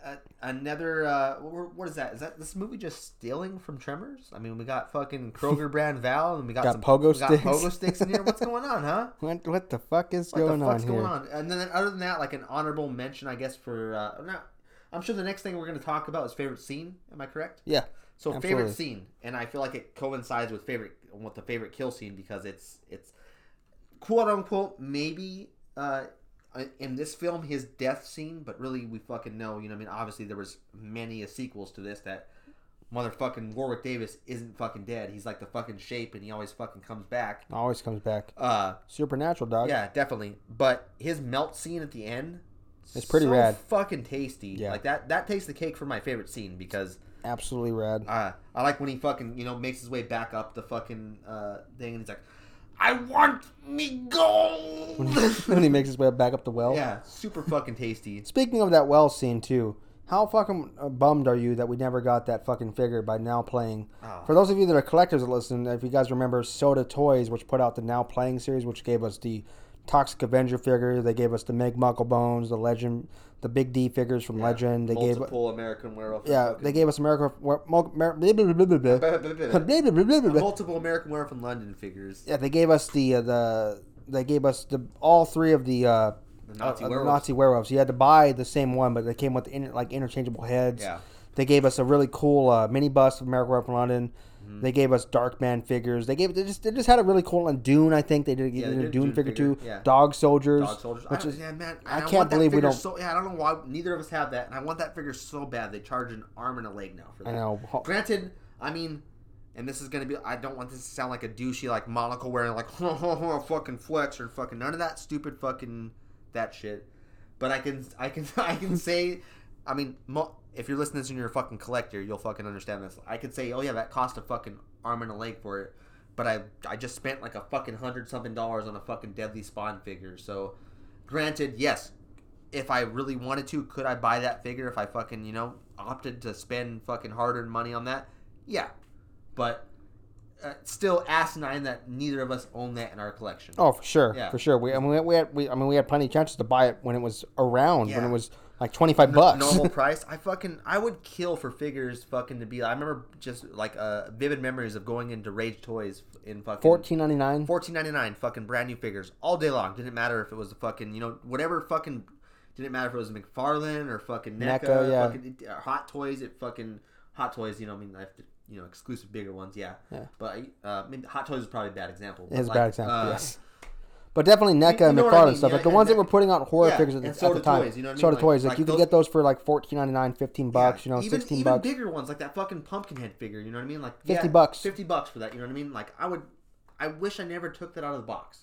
[SPEAKER 2] Uh, another uh, wh- what is that? Is that this movie just stealing from Tremors? I mean, we got fucking Kroger brand Val, and we got,
[SPEAKER 1] Got
[SPEAKER 2] some
[SPEAKER 1] pogo
[SPEAKER 2] we got
[SPEAKER 1] sticks.
[SPEAKER 2] pogo sticks in here. What's going on, huh?
[SPEAKER 1] What what the fuck is
[SPEAKER 2] What
[SPEAKER 1] going
[SPEAKER 2] the fuck's
[SPEAKER 1] on here?
[SPEAKER 2] going on? And then other than that, like an honorable mention, I guess for uh, not. I'm sure the next thing we're going to talk about is favorite scene. Am I correct?
[SPEAKER 1] Yeah.
[SPEAKER 2] So
[SPEAKER 1] Absolutely.
[SPEAKER 2] favorite scene, and I feel like it coincides with favorite with the favorite kill scene because it's it's quote unquote maybe uh, in this film his death scene, but really we fucking know. You know, what I mean, obviously there was many a sequels to this that motherfucking Warwick Davis isn't fucking dead. He's like the fucking shape, and he always fucking comes back.
[SPEAKER 1] Always comes back.
[SPEAKER 2] Uh,
[SPEAKER 1] Supernatural dog.
[SPEAKER 2] yeah, definitely. But his melt scene at the end
[SPEAKER 1] It's pretty rad.
[SPEAKER 2] Fucking tasty.
[SPEAKER 1] Yeah.
[SPEAKER 2] Like that that takes the cake for my favorite scene because
[SPEAKER 1] Absolutely rad.
[SPEAKER 2] uh, I like when he fucking, you know, makes his way back up the fucking uh, thing and he's like, I want me
[SPEAKER 1] when
[SPEAKER 2] gold
[SPEAKER 1] he- when he makes his way back up the well.
[SPEAKER 2] Yeah, super fucking tasty.
[SPEAKER 1] Speaking of that well scene too, how fucking uh, bummed are you that we never got that fucking figure by Now Playing?
[SPEAKER 2] Oh.
[SPEAKER 1] For those of you that are collectors that listen, if you guys remember Soda Toys, which put out the Now Playing series, which gave us the Toxic Avenger figure, they gave us the Meg Mucklebones, the Legend, the Big D figures from Legend. They gave
[SPEAKER 2] Multiple American werewolf.
[SPEAKER 1] yeah, they gave us America. Mer- Mer- blah, blah, blah, blah, blah. Blah, blah,
[SPEAKER 2] gave
[SPEAKER 1] blah, blah, blah, blah.
[SPEAKER 2] multiple American werewolf in London figures.
[SPEAKER 1] Yeah, they gave us the uh, the they gave us the all three of the uh,
[SPEAKER 2] The Nazi
[SPEAKER 1] uh, the
[SPEAKER 2] werewolves.
[SPEAKER 1] Nazi werewolves. You had to buy the same one, but they came with inter- like interchangeable heads.
[SPEAKER 2] Yeah.
[SPEAKER 1] They gave us a really cool uh, mini bus of America Werewolf in London.
[SPEAKER 2] Mm-hmm.
[SPEAKER 1] They gave us Darkman figures. They gave they just they just had a really cool and Dune. I think they did,
[SPEAKER 2] Yeah, they
[SPEAKER 1] did a
[SPEAKER 2] did
[SPEAKER 1] Dune, figure, too.
[SPEAKER 2] yeah.
[SPEAKER 1] Dog Soldiers.
[SPEAKER 2] Dog soldiers. I
[SPEAKER 1] Which
[SPEAKER 2] don't,
[SPEAKER 1] is,
[SPEAKER 2] yeah, man,
[SPEAKER 1] I
[SPEAKER 2] I,
[SPEAKER 1] can't
[SPEAKER 2] want that
[SPEAKER 1] believe we
[SPEAKER 2] figure
[SPEAKER 1] don't-
[SPEAKER 2] So, yeah, I don't know why neither of us have that, and I want that figure so bad. They charge an arm and a leg now for that.
[SPEAKER 1] I know.
[SPEAKER 2] Granted, I mean, and this is gonna be. I don't want this to sound like a douchey, like monocle wearing, like ho ho ho, fucking flex or fucking none of that stupid fucking that shit. But I can, I can, I can say, I mean, mo- if you're listening to this and you're a fucking collector, you'll fucking understand this. I could say, oh yeah, that cost a fucking arm and a leg for it. But I, I just spent like a fucking hundred something dollars on a fucking deadly spawn figure. So, granted, yes, if I really wanted to, could I buy that figure if I fucking, you know, opted to spend fucking hard earned money on that? Yeah. But uh, still asinine that neither of us own that in our collection.
[SPEAKER 1] Oh, for sure,
[SPEAKER 2] Yeah.
[SPEAKER 1] for sure. We I mean we, we had we, I mean we had plenty of chances to buy it when it was around when
[SPEAKER 2] Yeah.
[SPEAKER 1] it was like twenty five bucks.
[SPEAKER 2] Normal price. I fucking, I would kill for figures fucking to be. I remember just like uh, vivid memories of going into Rage Toys in fucking.
[SPEAKER 1] Fourteen ninety nine.
[SPEAKER 2] Fourteen ninety nine, fucking brand new figures all day long. Didn't matter if it was a fucking, you know, whatever fucking Didn't matter if it was McFarlane or fucking NECA,
[SPEAKER 1] NECA, yeah.
[SPEAKER 2] fucking uh, Hot Toys. It fucking Hot Toys. You know, I mean, I have to, you know, exclusive bigger ones. Yeah,
[SPEAKER 1] Yeah.
[SPEAKER 2] But uh, I mean, Hot Toys is probably a bad example.
[SPEAKER 1] It is a
[SPEAKER 2] but,
[SPEAKER 1] bad
[SPEAKER 2] like,
[SPEAKER 1] example,
[SPEAKER 2] uh,
[SPEAKER 1] yes. But definitely NECA
[SPEAKER 2] you
[SPEAKER 1] and
[SPEAKER 2] know
[SPEAKER 1] McFarlane
[SPEAKER 2] what I mean,
[SPEAKER 1] stuff,
[SPEAKER 2] yeah,
[SPEAKER 1] like the
[SPEAKER 2] and
[SPEAKER 1] ones that
[SPEAKER 2] that-
[SPEAKER 1] were putting out horror
[SPEAKER 2] yeah,
[SPEAKER 1] figures at,
[SPEAKER 2] and
[SPEAKER 1] the-
[SPEAKER 2] so
[SPEAKER 1] at the
[SPEAKER 2] do
[SPEAKER 1] time.
[SPEAKER 2] toys, you know what I
[SPEAKER 1] so
[SPEAKER 2] mean?
[SPEAKER 1] do toys. Like,
[SPEAKER 2] Like-
[SPEAKER 1] you
[SPEAKER 2] like
[SPEAKER 1] can
[SPEAKER 2] those-
[SPEAKER 1] get those for like fourteen ninety nine, fifteen bucks, you know,
[SPEAKER 2] even,
[SPEAKER 1] sixteen
[SPEAKER 2] even
[SPEAKER 1] bucks.
[SPEAKER 2] bigger ones like that fucking pumpkin head figure. You know what I mean? Like
[SPEAKER 1] 50 bucks.
[SPEAKER 2] fifty bucks for that. You know what I mean? Like I would, I wish I never took that out of the box.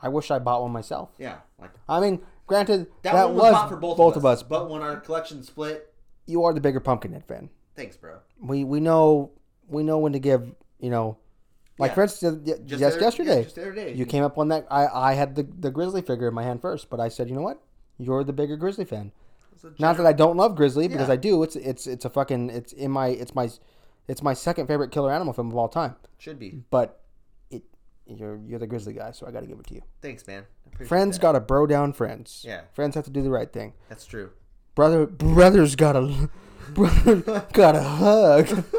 [SPEAKER 1] I wish I bought one myself.
[SPEAKER 2] Yeah, like
[SPEAKER 1] I mean, granted, that,
[SPEAKER 2] that, one was,
[SPEAKER 1] was,
[SPEAKER 2] hot for both, of, us, But when our collection split,
[SPEAKER 1] you are the bigger Pumpkinhead fan.
[SPEAKER 2] thanks, bro.
[SPEAKER 1] We we know we know when to give. You know, like
[SPEAKER 2] Yeah.
[SPEAKER 1] for instance, y- just,
[SPEAKER 2] the other-
[SPEAKER 1] yesterday,
[SPEAKER 2] yeah, just the other day.
[SPEAKER 1] you came up on that. I I had the the Grizzly figure in my hand first, but I said, you know what, you're the bigger Grizzly fan.
[SPEAKER 2] It's a
[SPEAKER 1] Not
[SPEAKER 2] giant-
[SPEAKER 1] that I don't love Grizzly because
[SPEAKER 2] Yeah.
[SPEAKER 1] I do. It's it's it's a fucking it's in my it's my it's my second favorite killer animal film of all time.
[SPEAKER 2] should be.
[SPEAKER 1] But it you're you're the Grizzly guy, so I got to give it to you.
[SPEAKER 2] Thanks, man. I appreciate
[SPEAKER 1] Friends
[SPEAKER 2] that.
[SPEAKER 1] got to bro down friends.
[SPEAKER 2] Yeah.
[SPEAKER 1] friends have to do the right thing.
[SPEAKER 2] That's true.
[SPEAKER 1] Brother, brothers got a brother got a hug.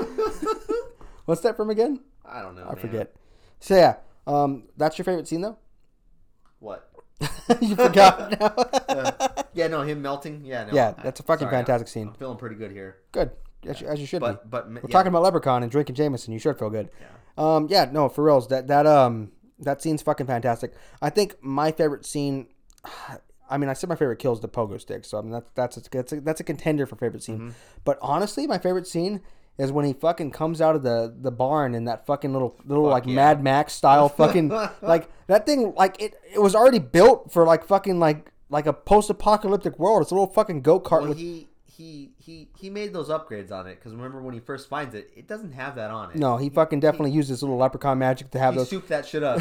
[SPEAKER 1] What's that from again?
[SPEAKER 2] I don't know.
[SPEAKER 1] I forget. So yeah, um, that's your favorite scene though.
[SPEAKER 2] what.
[SPEAKER 1] you forgot. now.
[SPEAKER 2] Yeah, no, him melting. Yeah, no,
[SPEAKER 1] yeah,
[SPEAKER 2] I-
[SPEAKER 1] that's a fucking
[SPEAKER 2] sorry,
[SPEAKER 1] fantastic
[SPEAKER 2] I'm,
[SPEAKER 1] scene.
[SPEAKER 2] I'm feeling pretty good here.
[SPEAKER 1] Good, as, you- as you should be.
[SPEAKER 2] But but
[SPEAKER 1] We're talking about Leprechaun and drinking Jameson. You sure feel good.
[SPEAKER 2] Yeah.
[SPEAKER 1] Um, yeah, no, for reals. That that um that scene's fucking fantastic. I think my favorite scene. I mean, I said my favorite kill is the pogo stick, so I mean that's that's a, that's a, that's a contender for favorite scene.
[SPEAKER 2] Mm-hmm.
[SPEAKER 1] But honestly, my favorite scene is when he fucking comes out of the the barn in that fucking little little like
[SPEAKER 2] yeah.
[SPEAKER 1] Mad Max style fucking like that thing like it it was already built for like fucking like like a post apocalyptic world. It's a little fucking go kart
[SPEAKER 2] Well,
[SPEAKER 1] with
[SPEAKER 2] he he he he made those upgrades on it because remember when he first finds it, it doesn't have that on it.
[SPEAKER 1] no. He fucking definitely used his little leprechaun magic to have
[SPEAKER 2] he
[SPEAKER 1] those
[SPEAKER 2] souped that shit up.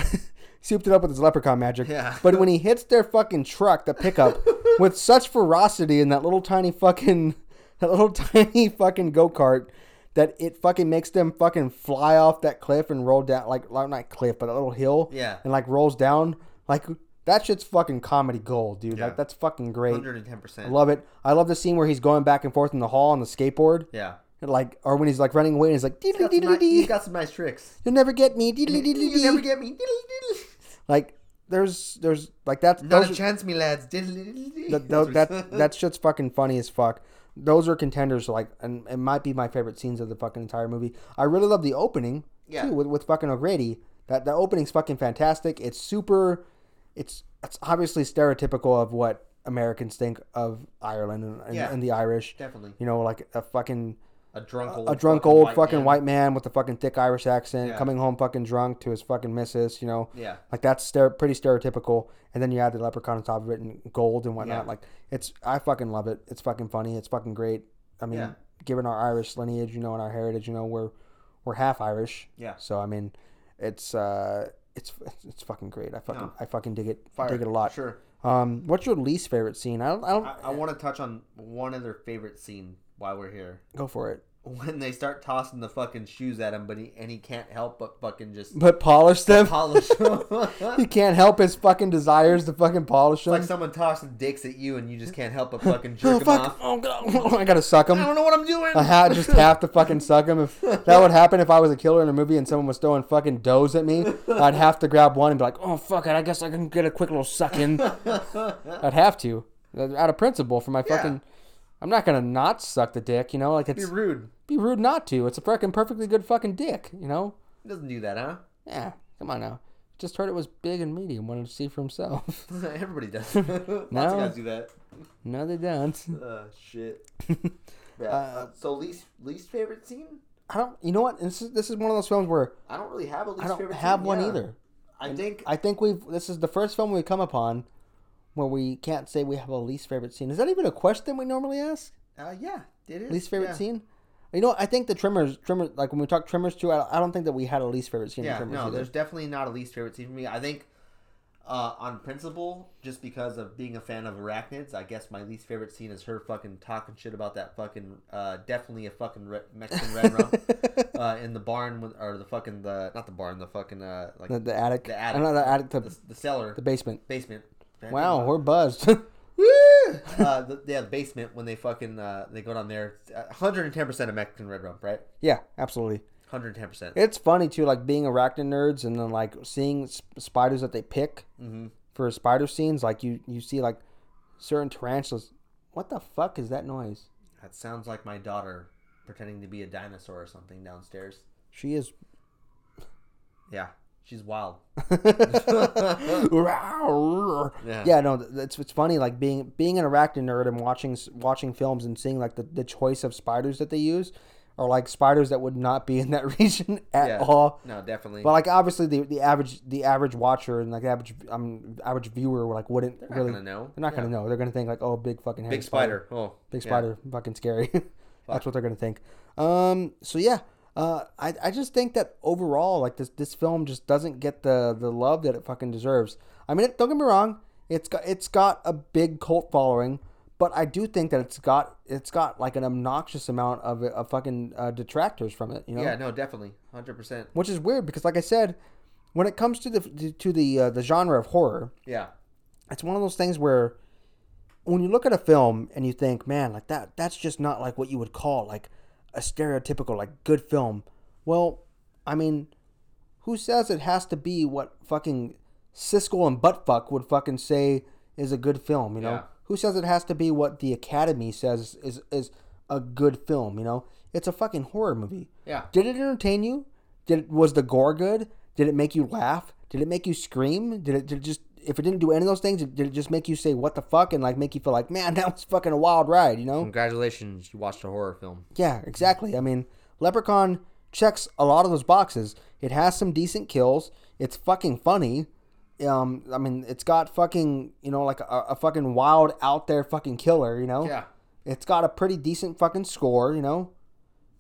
[SPEAKER 1] souped it up with his leprechaun magic.
[SPEAKER 2] Yeah.
[SPEAKER 1] But when he hits their fucking truck, the pickup, with such ferocity in that little tiny fucking that little tiny fucking go kart that it fucking makes them fucking fly off that cliff and roll down like well, not cliff, but a little hill.
[SPEAKER 2] Yeah.
[SPEAKER 1] And like rolls down. Like that shit's fucking comedy gold, dude. Like that's fucking great.
[SPEAKER 2] Hundred and ten
[SPEAKER 1] I
[SPEAKER 2] percent.
[SPEAKER 1] love it. I love the scene where he's going back and forth in the hall on the skateboard.
[SPEAKER 2] Yeah.
[SPEAKER 1] Like or when he's like running away and he's like
[SPEAKER 2] He's got, some ni-
[SPEAKER 1] "Dee-dee-dee-dee-dee.
[SPEAKER 2] he's got some nice tricks.
[SPEAKER 1] You'll never get me.
[SPEAKER 2] You
[SPEAKER 1] Dee-dee-dee-dee-dee."
[SPEAKER 2] never get me. Diddle, diddle.
[SPEAKER 1] Like there's there's like that's
[SPEAKER 2] Not
[SPEAKER 1] those
[SPEAKER 2] a
[SPEAKER 1] are-
[SPEAKER 2] chance, me lads. Diddle, diddle, diddle.
[SPEAKER 1] that tho- that that shit's fucking funny as fuck. Those are contenders. Like, and it might be my favorite scenes of the fucking entire movie. I really love the opening
[SPEAKER 2] Yeah.
[SPEAKER 1] too with, with fucking O'Grady. That the opening's fucking fantastic. It's super. It's it's obviously stereotypical of what Americans think of Ireland and, and,
[SPEAKER 2] Yeah.
[SPEAKER 1] and the Irish.
[SPEAKER 2] Definitely.
[SPEAKER 1] You know, like a fucking
[SPEAKER 2] A drunk old.
[SPEAKER 1] a drunk
[SPEAKER 2] fucking
[SPEAKER 1] old
[SPEAKER 2] white
[SPEAKER 1] fucking
[SPEAKER 2] man.
[SPEAKER 1] white man with a fucking thick Irish accent
[SPEAKER 2] Yeah.
[SPEAKER 1] coming home fucking drunk to his fucking missus, you know.
[SPEAKER 2] Yeah.
[SPEAKER 1] Like that's stere- pretty stereotypical. And then you add the leprechaun on top of it and gold and whatnot.
[SPEAKER 2] Yeah.
[SPEAKER 1] Like it's I fucking love it. It's fucking funny. It's fucking great. I mean,
[SPEAKER 2] Yeah.
[SPEAKER 1] given our Irish lineage, you know, and our heritage, you know, we're we're half Irish.
[SPEAKER 2] Yeah.
[SPEAKER 1] So I mean, it's uh it's it's fucking great. I fucking
[SPEAKER 2] No.
[SPEAKER 1] I fucking dig it.
[SPEAKER 2] Fire.
[SPEAKER 1] Dig it a lot.
[SPEAKER 2] Sure.
[SPEAKER 1] Um what's your least favorite scene? I don't I don't
[SPEAKER 2] I, I want to touch on one other favorite scene while we're here.
[SPEAKER 1] go for it.
[SPEAKER 2] When they start tossing the fucking shoes at him, but he and he can't help but fucking just
[SPEAKER 1] But polish them.
[SPEAKER 2] polish them.
[SPEAKER 1] he can't help his fucking desires to fucking polish them.
[SPEAKER 2] It's like someone tossing dicks at you and you just can't help but fucking jerk
[SPEAKER 1] oh
[SPEAKER 2] 'em
[SPEAKER 1] fuck!
[SPEAKER 2] off.
[SPEAKER 1] Oh god! I gotta suck him.
[SPEAKER 2] I don't know what I'm doing.
[SPEAKER 1] I ha- just have to fucking suck him. If that would happen, if I was a killer in a movie and someone was throwing fucking doughs at me, I'd have to grab one and be like, "Oh fuck it! I guess I can get a quick little suck in." I'd have to, out of principle, for my fucking. I'm not gonna not suck the dick, you know. Like
[SPEAKER 2] Be
[SPEAKER 1] it's
[SPEAKER 2] rude.
[SPEAKER 1] be rude not to. It's a fucking perfectly good fucking dick, you know.
[SPEAKER 2] He doesn't do that, huh?
[SPEAKER 1] Yeah, come on now. Just heard it was big and meaty and wanted to see for himself.
[SPEAKER 2] Everybody does. Lots of guys do that.
[SPEAKER 1] no, they don't.
[SPEAKER 2] Uh, shit. Yeah.
[SPEAKER 1] Uh,
[SPEAKER 2] so least least favorite scene?
[SPEAKER 1] I don't. You know what? This is this is one of those films where
[SPEAKER 2] I don't really have a least
[SPEAKER 1] I don't
[SPEAKER 2] favorite.
[SPEAKER 1] have
[SPEAKER 2] scene.
[SPEAKER 1] one
[SPEAKER 2] Yeah.
[SPEAKER 1] either.
[SPEAKER 2] I think
[SPEAKER 1] I think we've. This is the first film we've come upon where we can't say we have a least favorite scene. Is that even a question we normally ask?
[SPEAKER 2] uh, yeah, it is.
[SPEAKER 1] Least favorite
[SPEAKER 2] Yeah.
[SPEAKER 1] scene. You know, I think the Tremors, Tremors, like when we talk Tremors too, I, I don't think that we had a least favorite scene. in
[SPEAKER 2] Yeah,
[SPEAKER 1] Tremors
[SPEAKER 2] no,
[SPEAKER 1] either.
[SPEAKER 2] there's definitely not a least favorite scene for me. I think uh, on principle, just because of being a fan of arachnids, I guess my least favorite scene is her fucking talking shit about that fucking uh, definitely a fucking re- Mexican red rum uh, in the barn with, or the fucking the not the barn the fucking uh, like
[SPEAKER 1] the, the attic.
[SPEAKER 2] The attic.
[SPEAKER 1] I know the attic. The,
[SPEAKER 2] the, the cellar
[SPEAKER 1] the basement.
[SPEAKER 2] basement. Did I
[SPEAKER 1] Wow,
[SPEAKER 2] think
[SPEAKER 1] we're buzzed.
[SPEAKER 2] about- uh, the, yeah, the basement when they fucking uh, they go down there, hundred and ten percent of Mexican red rum, right?
[SPEAKER 1] yeah, absolutely.
[SPEAKER 2] Hundred and ten percent.
[SPEAKER 1] It's funny too, like being arachnid nerds and then
[SPEAKER 2] Mm-hmm.
[SPEAKER 1] like seeing sp- spiders that they pick for spider scenes. Like you, you see like certain tarantulas. What the fuck is that noise?
[SPEAKER 2] That sounds like my daughter pretending to be a dinosaur or something downstairs.
[SPEAKER 1] She is.
[SPEAKER 2] Yeah, she's wild.
[SPEAKER 1] yeah. yeah, no, th- it's it's funny like being being an arachnid nerd and watching s- watching films and seeing like the, the choice of spiders that they use are like spiders that would not be in that region at
[SPEAKER 2] Yeah.
[SPEAKER 1] all.
[SPEAKER 2] No, definitely.
[SPEAKER 1] Uh, But like obviously the, the average the average watcher and like the average um average viewer like wouldn't
[SPEAKER 2] They're
[SPEAKER 1] really
[SPEAKER 2] not gonna know.
[SPEAKER 1] they're not gonna know they're gonna think like oh big fucking hairy
[SPEAKER 2] Big spider. Oh,
[SPEAKER 1] big
[SPEAKER 2] yeah.
[SPEAKER 1] spider fucking scary that's what they're gonna think um so yeah uh I, I just think that overall like this this film just doesn't get the the love that it fucking deserves i mean it, don't get me wrong it's got it's got a big cult following but i do think that it's got it's got like an obnoxious amount of, of fucking uh, detractors from it you know
[SPEAKER 2] Yeah, no, definitely, hundred percent.
[SPEAKER 1] which is weird because like i said when it comes to the to the uh, the genre of horror
[SPEAKER 2] Yeah,
[SPEAKER 1] it's one of those things where when you look at a film and you think, man, like that that's just not like what you would call like a stereotypical like good film. Well, I mean, who says it has to be what fucking Siskel and Buttfuck would fucking say is a good film, you know?
[SPEAKER 2] Yeah.
[SPEAKER 1] Who says it has to be what the Academy says is is a good film, you know? It's a fucking horror movie.
[SPEAKER 2] yeah,
[SPEAKER 1] Did it entertain you? Did it, was the gore good? Did it make you laugh? Did it make you scream? Did it, did it just if it didn't do any of those things, did it just make you say what the fuck and like make you feel like man that was fucking a wild ride, you
[SPEAKER 2] Mm.
[SPEAKER 1] know?
[SPEAKER 2] Congratulations, you watched a horror film.
[SPEAKER 1] Yeah, exactly. I mean, Leprechaun checks a lot of those boxes. It has some decent kills. It's fucking funny. Um, I mean, it's got fucking you know like a, a fucking wild out there fucking killer, you know?
[SPEAKER 2] Yeah,
[SPEAKER 1] It's got a pretty decent fucking score, you know.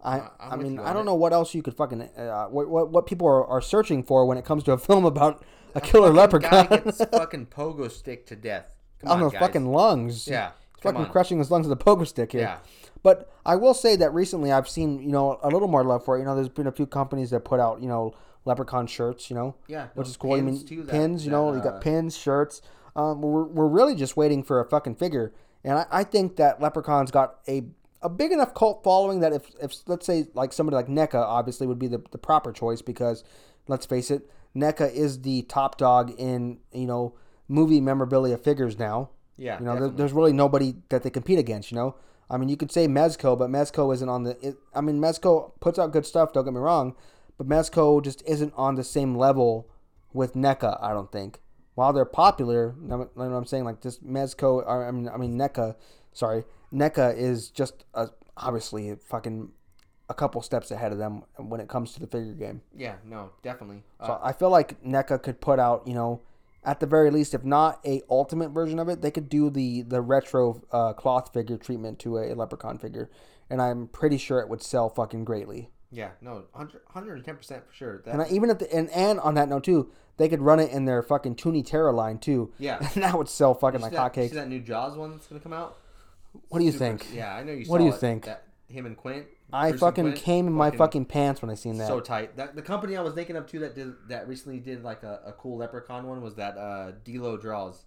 [SPEAKER 1] I
[SPEAKER 2] I- I'm
[SPEAKER 1] I
[SPEAKER 2] with
[SPEAKER 1] mean
[SPEAKER 2] you
[SPEAKER 1] I
[SPEAKER 2] on
[SPEAKER 1] don't
[SPEAKER 2] it.
[SPEAKER 1] know what else you could fucking uh, what, what what people are, are searching for when it comes to a film about a killer leprechaun
[SPEAKER 2] Guy gets fucking pogo stick to death. Come
[SPEAKER 1] on
[SPEAKER 2] on,
[SPEAKER 1] those
[SPEAKER 2] guys.
[SPEAKER 1] fucking lungs.
[SPEAKER 2] Yeah,
[SPEAKER 1] It's
[SPEAKER 2] come
[SPEAKER 1] fucking
[SPEAKER 2] on.
[SPEAKER 1] crushing his lungs with a poker stick here.
[SPEAKER 2] Yeah.
[SPEAKER 1] But I will say that recently I've seen, you know, a little more love for it. You know, there's been a few companies that put out, you know, leprechaun shirts, you know.
[SPEAKER 2] Yeah,
[SPEAKER 1] Which
[SPEAKER 2] no,
[SPEAKER 1] is cool. I
[SPEAKER 2] pins
[SPEAKER 1] mean,
[SPEAKER 2] too, that-
[SPEAKER 1] pins, you
[SPEAKER 2] that,
[SPEAKER 1] know, you got
[SPEAKER 2] uh,
[SPEAKER 1] pins, shirts. Um, we're, we're really just waiting for a fucking figure. And I, I think that leprechaun's got a a big enough cult following that if, if let's say like somebody like NECA obviously would be the, the proper choice because let's face it, NECA is the top dog in, you know, movie memorabilia figures now.
[SPEAKER 2] Yeah,
[SPEAKER 1] You know, there,
[SPEAKER 2] definitely.
[SPEAKER 1] there's really nobody that they compete against. You know, I mean, you could say Mezco, but Mezco isn't on the. It, I mean, Mezco puts out good stuff. Don't get me wrong, but Mezco just isn't on the same level with NECA. I don't think. While they're popular, you know what I'm saying? Like just Mezco. I I mean, I mean NECA. Sorry, NECA is just a, obviously a fucking a couple steps ahead of them when it comes to the figure game.
[SPEAKER 2] yeah, no, definitely. Uh,
[SPEAKER 1] So I feel like NECA could put out, you know, at the very least, if not a ultimate version of it, they could do the the retro uh, cloth figure treatment to a, leprechaun figure, and I'm pretty sure it would sell fucking greatly.
[SPEAKER 2] yeah, no, 110 percent for sure. That,
[SPEAKER 1] And I, even if the, and and on that note too, they could run it in their fucking Toonie Terra line too.
[SPEAKER 2] Yeah.
[SPEAKER 1] and that would sell fucking
[SPEAKER 2] see
[SPEAKER 1] like
[SPEAKER 2] that, see
[SPEAKER 1] hotcakes.
[SPEAKER 2] that new Jaws one that's gonna come out?
[SPEAKER 1] What do you
[SPEAKER 2] Super-
[SPEAKER 1] think?
[SPEAKER 2] Yeah, I know you.
[SPEAKER 1] What do
[SPEAKER 2] saw
[SPEAKER 1] you
[SPEAKER 2] it.
[SPEAKER 1] think?
[SPEAKER 2] That, him and Quint.
[SPEAKER 1] I
[SPEAKER 2] Bruce and
[SPEAKER 1] fucking
[SPEAKER 2] Quint,
[SPEAKER 1] came in my fucking pants when I seen that.
[SPEAKER 2] so tight. That the company I was thinking of too that did that recently did like a, a cool leprechaun one was that uh Dilo draws.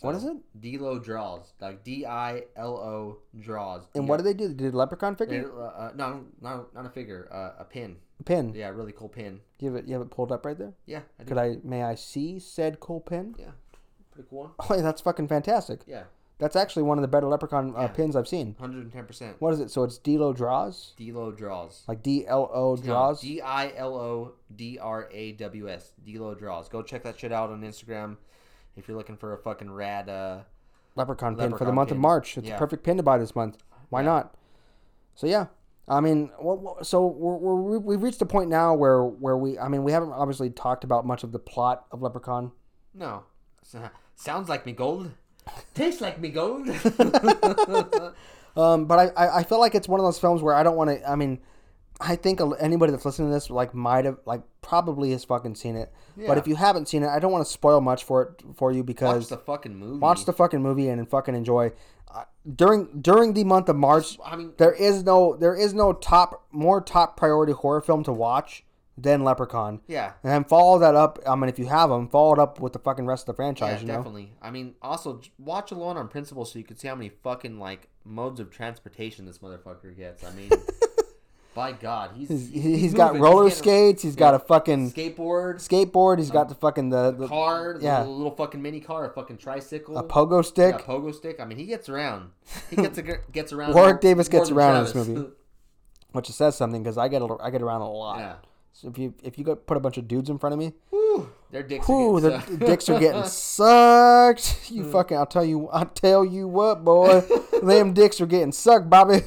[SPEAKER 1] What is it?
[SPEAKER 2] Dilo draws like D I L O draws.
[SPEAKER 1] and what did they do? They did a leprechaun figure?
[SPEAKER 2] Uh, uh, no, not not a figure, uh, a pin.
[SPEAKER 1] Pin.
[SPEAKER 2] Yeah, really cool pin.
[SPEAKER 1] You have it. You have it pulled up right there.
[SPEAKER 2] Yeah, I
[SPEAKER 1] Could I? May I see said cool pin?
[SPEAKER 2] Yeah, pretty cool one.
[SPEAKER 1] Oh, that's fucking fantastic.
[SPEAKER 2] Yeah,
[SPEAKER 1] That's actually one of the better leprechaun uh,
[SPEAKER 2] Yeah.
[SPEAKER 1] pins I've seen.
[SPEAKER 2] hundred and ten percent.
[SPEAKER 1] What is it? So it's Delo draws,
[SPEAKER 2] Dilo draws.
[SPEAKER 1] like D L O draws.
[SPEAKER 2] D I L O D R A W S. Dilo draws. Go check that shit out on Instagram if you're looking for a fucking rad. Uh,
[SPEAKER 1] leprechaun pin for the
[SPEAKER 2] Leprechaun
[SPEAKER 1] month of
[SPEAKER 2] pin.
[SPEAKER 1] March. It's
[SPEAKER 2] Yeah.
[SPEAKER 1] a perfect pin to buy this month. Why
[SPEAKER 2] Yeah.
[SPEAKER 1] not? So yeah, I mean, what, what, so we're, we're, we've reached a point now where where we, I mean, we haven't obviously talked about much of the plot of Leprechaun.
[SPEAKER 2] no, S- sounds like me gold. Tastes like me gold.
[SPEAKER 1] Um, but I, I, I feel like it's one of those films where I don't want to. I mean, I think a- anybody that's listening to this like might have like probably has fucking seen it. But
[SPEAKER 2] Yeah.
[SPEAKER 1] if you haven't seen it, I don't want to spoil much for it for you
[SPEAKER 2] Watch
[SPEAKER 1] because
[SPEAKER 2] the fucking movie.
[SPEAKER 4] Mm-hmm.
[SPEAKER 1] watch the fucking movie and fucking enjoy. Uh, during during the month of March,
[SPEAKER 2] I mean,
[SPEAKER 1] there is no there is no top more top priority horror film to watch than Leprechaun.
[SPEAKER 2] yeah.
[SPEAKER 1] And then follow that up. I mean, if you have them, follow it up with the fucking rest of the franchise.
[SPEAKER 2] Yeah,
[SPEAKER 1] you know,
[SPEAKER 2] definitely. I mean, also j- watch Alone on Principle so you can see how many fucking like modes of transportation this motherfucker gets. I mean,
[SPEAKER 4] By God, he's he's,
[SPEAKER 1] he's got
[SPEAKER 4] moving.
[SPEAKER 1] roller
[SPEAKER 4] He's getting um,
[SPEAKER 1] skates. He's got a
[SPEAKER 4] a
[SPEAKER 1] fucking
[SPEAKER 4] skateboard,
[SPEAKER 1] skateboard. He's got the fucking the, the
[SPEAKER 4] car, the
[SPEAKER 1] yeah.
[SPEAKER 4] little, little fucking mini car, a fucking tricycle,
[SPEAKER 1] a pogo stick.
[SPEAKER 4] yeah, a pogo stick. I mean, he gets around. He gets a, gets around.
[SPEAKER 1] Warwick
[SPEAKER 4] more-
[SPEAKER 1] Davis
[SPEAKER 4] more
[SPEAKER 1] gets
[SPEAKER 4] than
[SPEAKER 1] around in this
[SPEAKER 4] Travis.
[SPEAKER 1] movie. which says something because I get a- I get around a lot.
[SPEAKER 4] yeah,
[SPEAKER 1] So if you if you go put a bunch of dudes in front of me,
[SPEAKER 4] their dicks.
[SPEAKER 1] whoo,
[SPEAKER 4] Ooh,
[SPEAKER 1] the dicks are getting sucked. You fucking, I'll tell you, I'll tell you what, boy, them dicks are getting sucked, Bobby.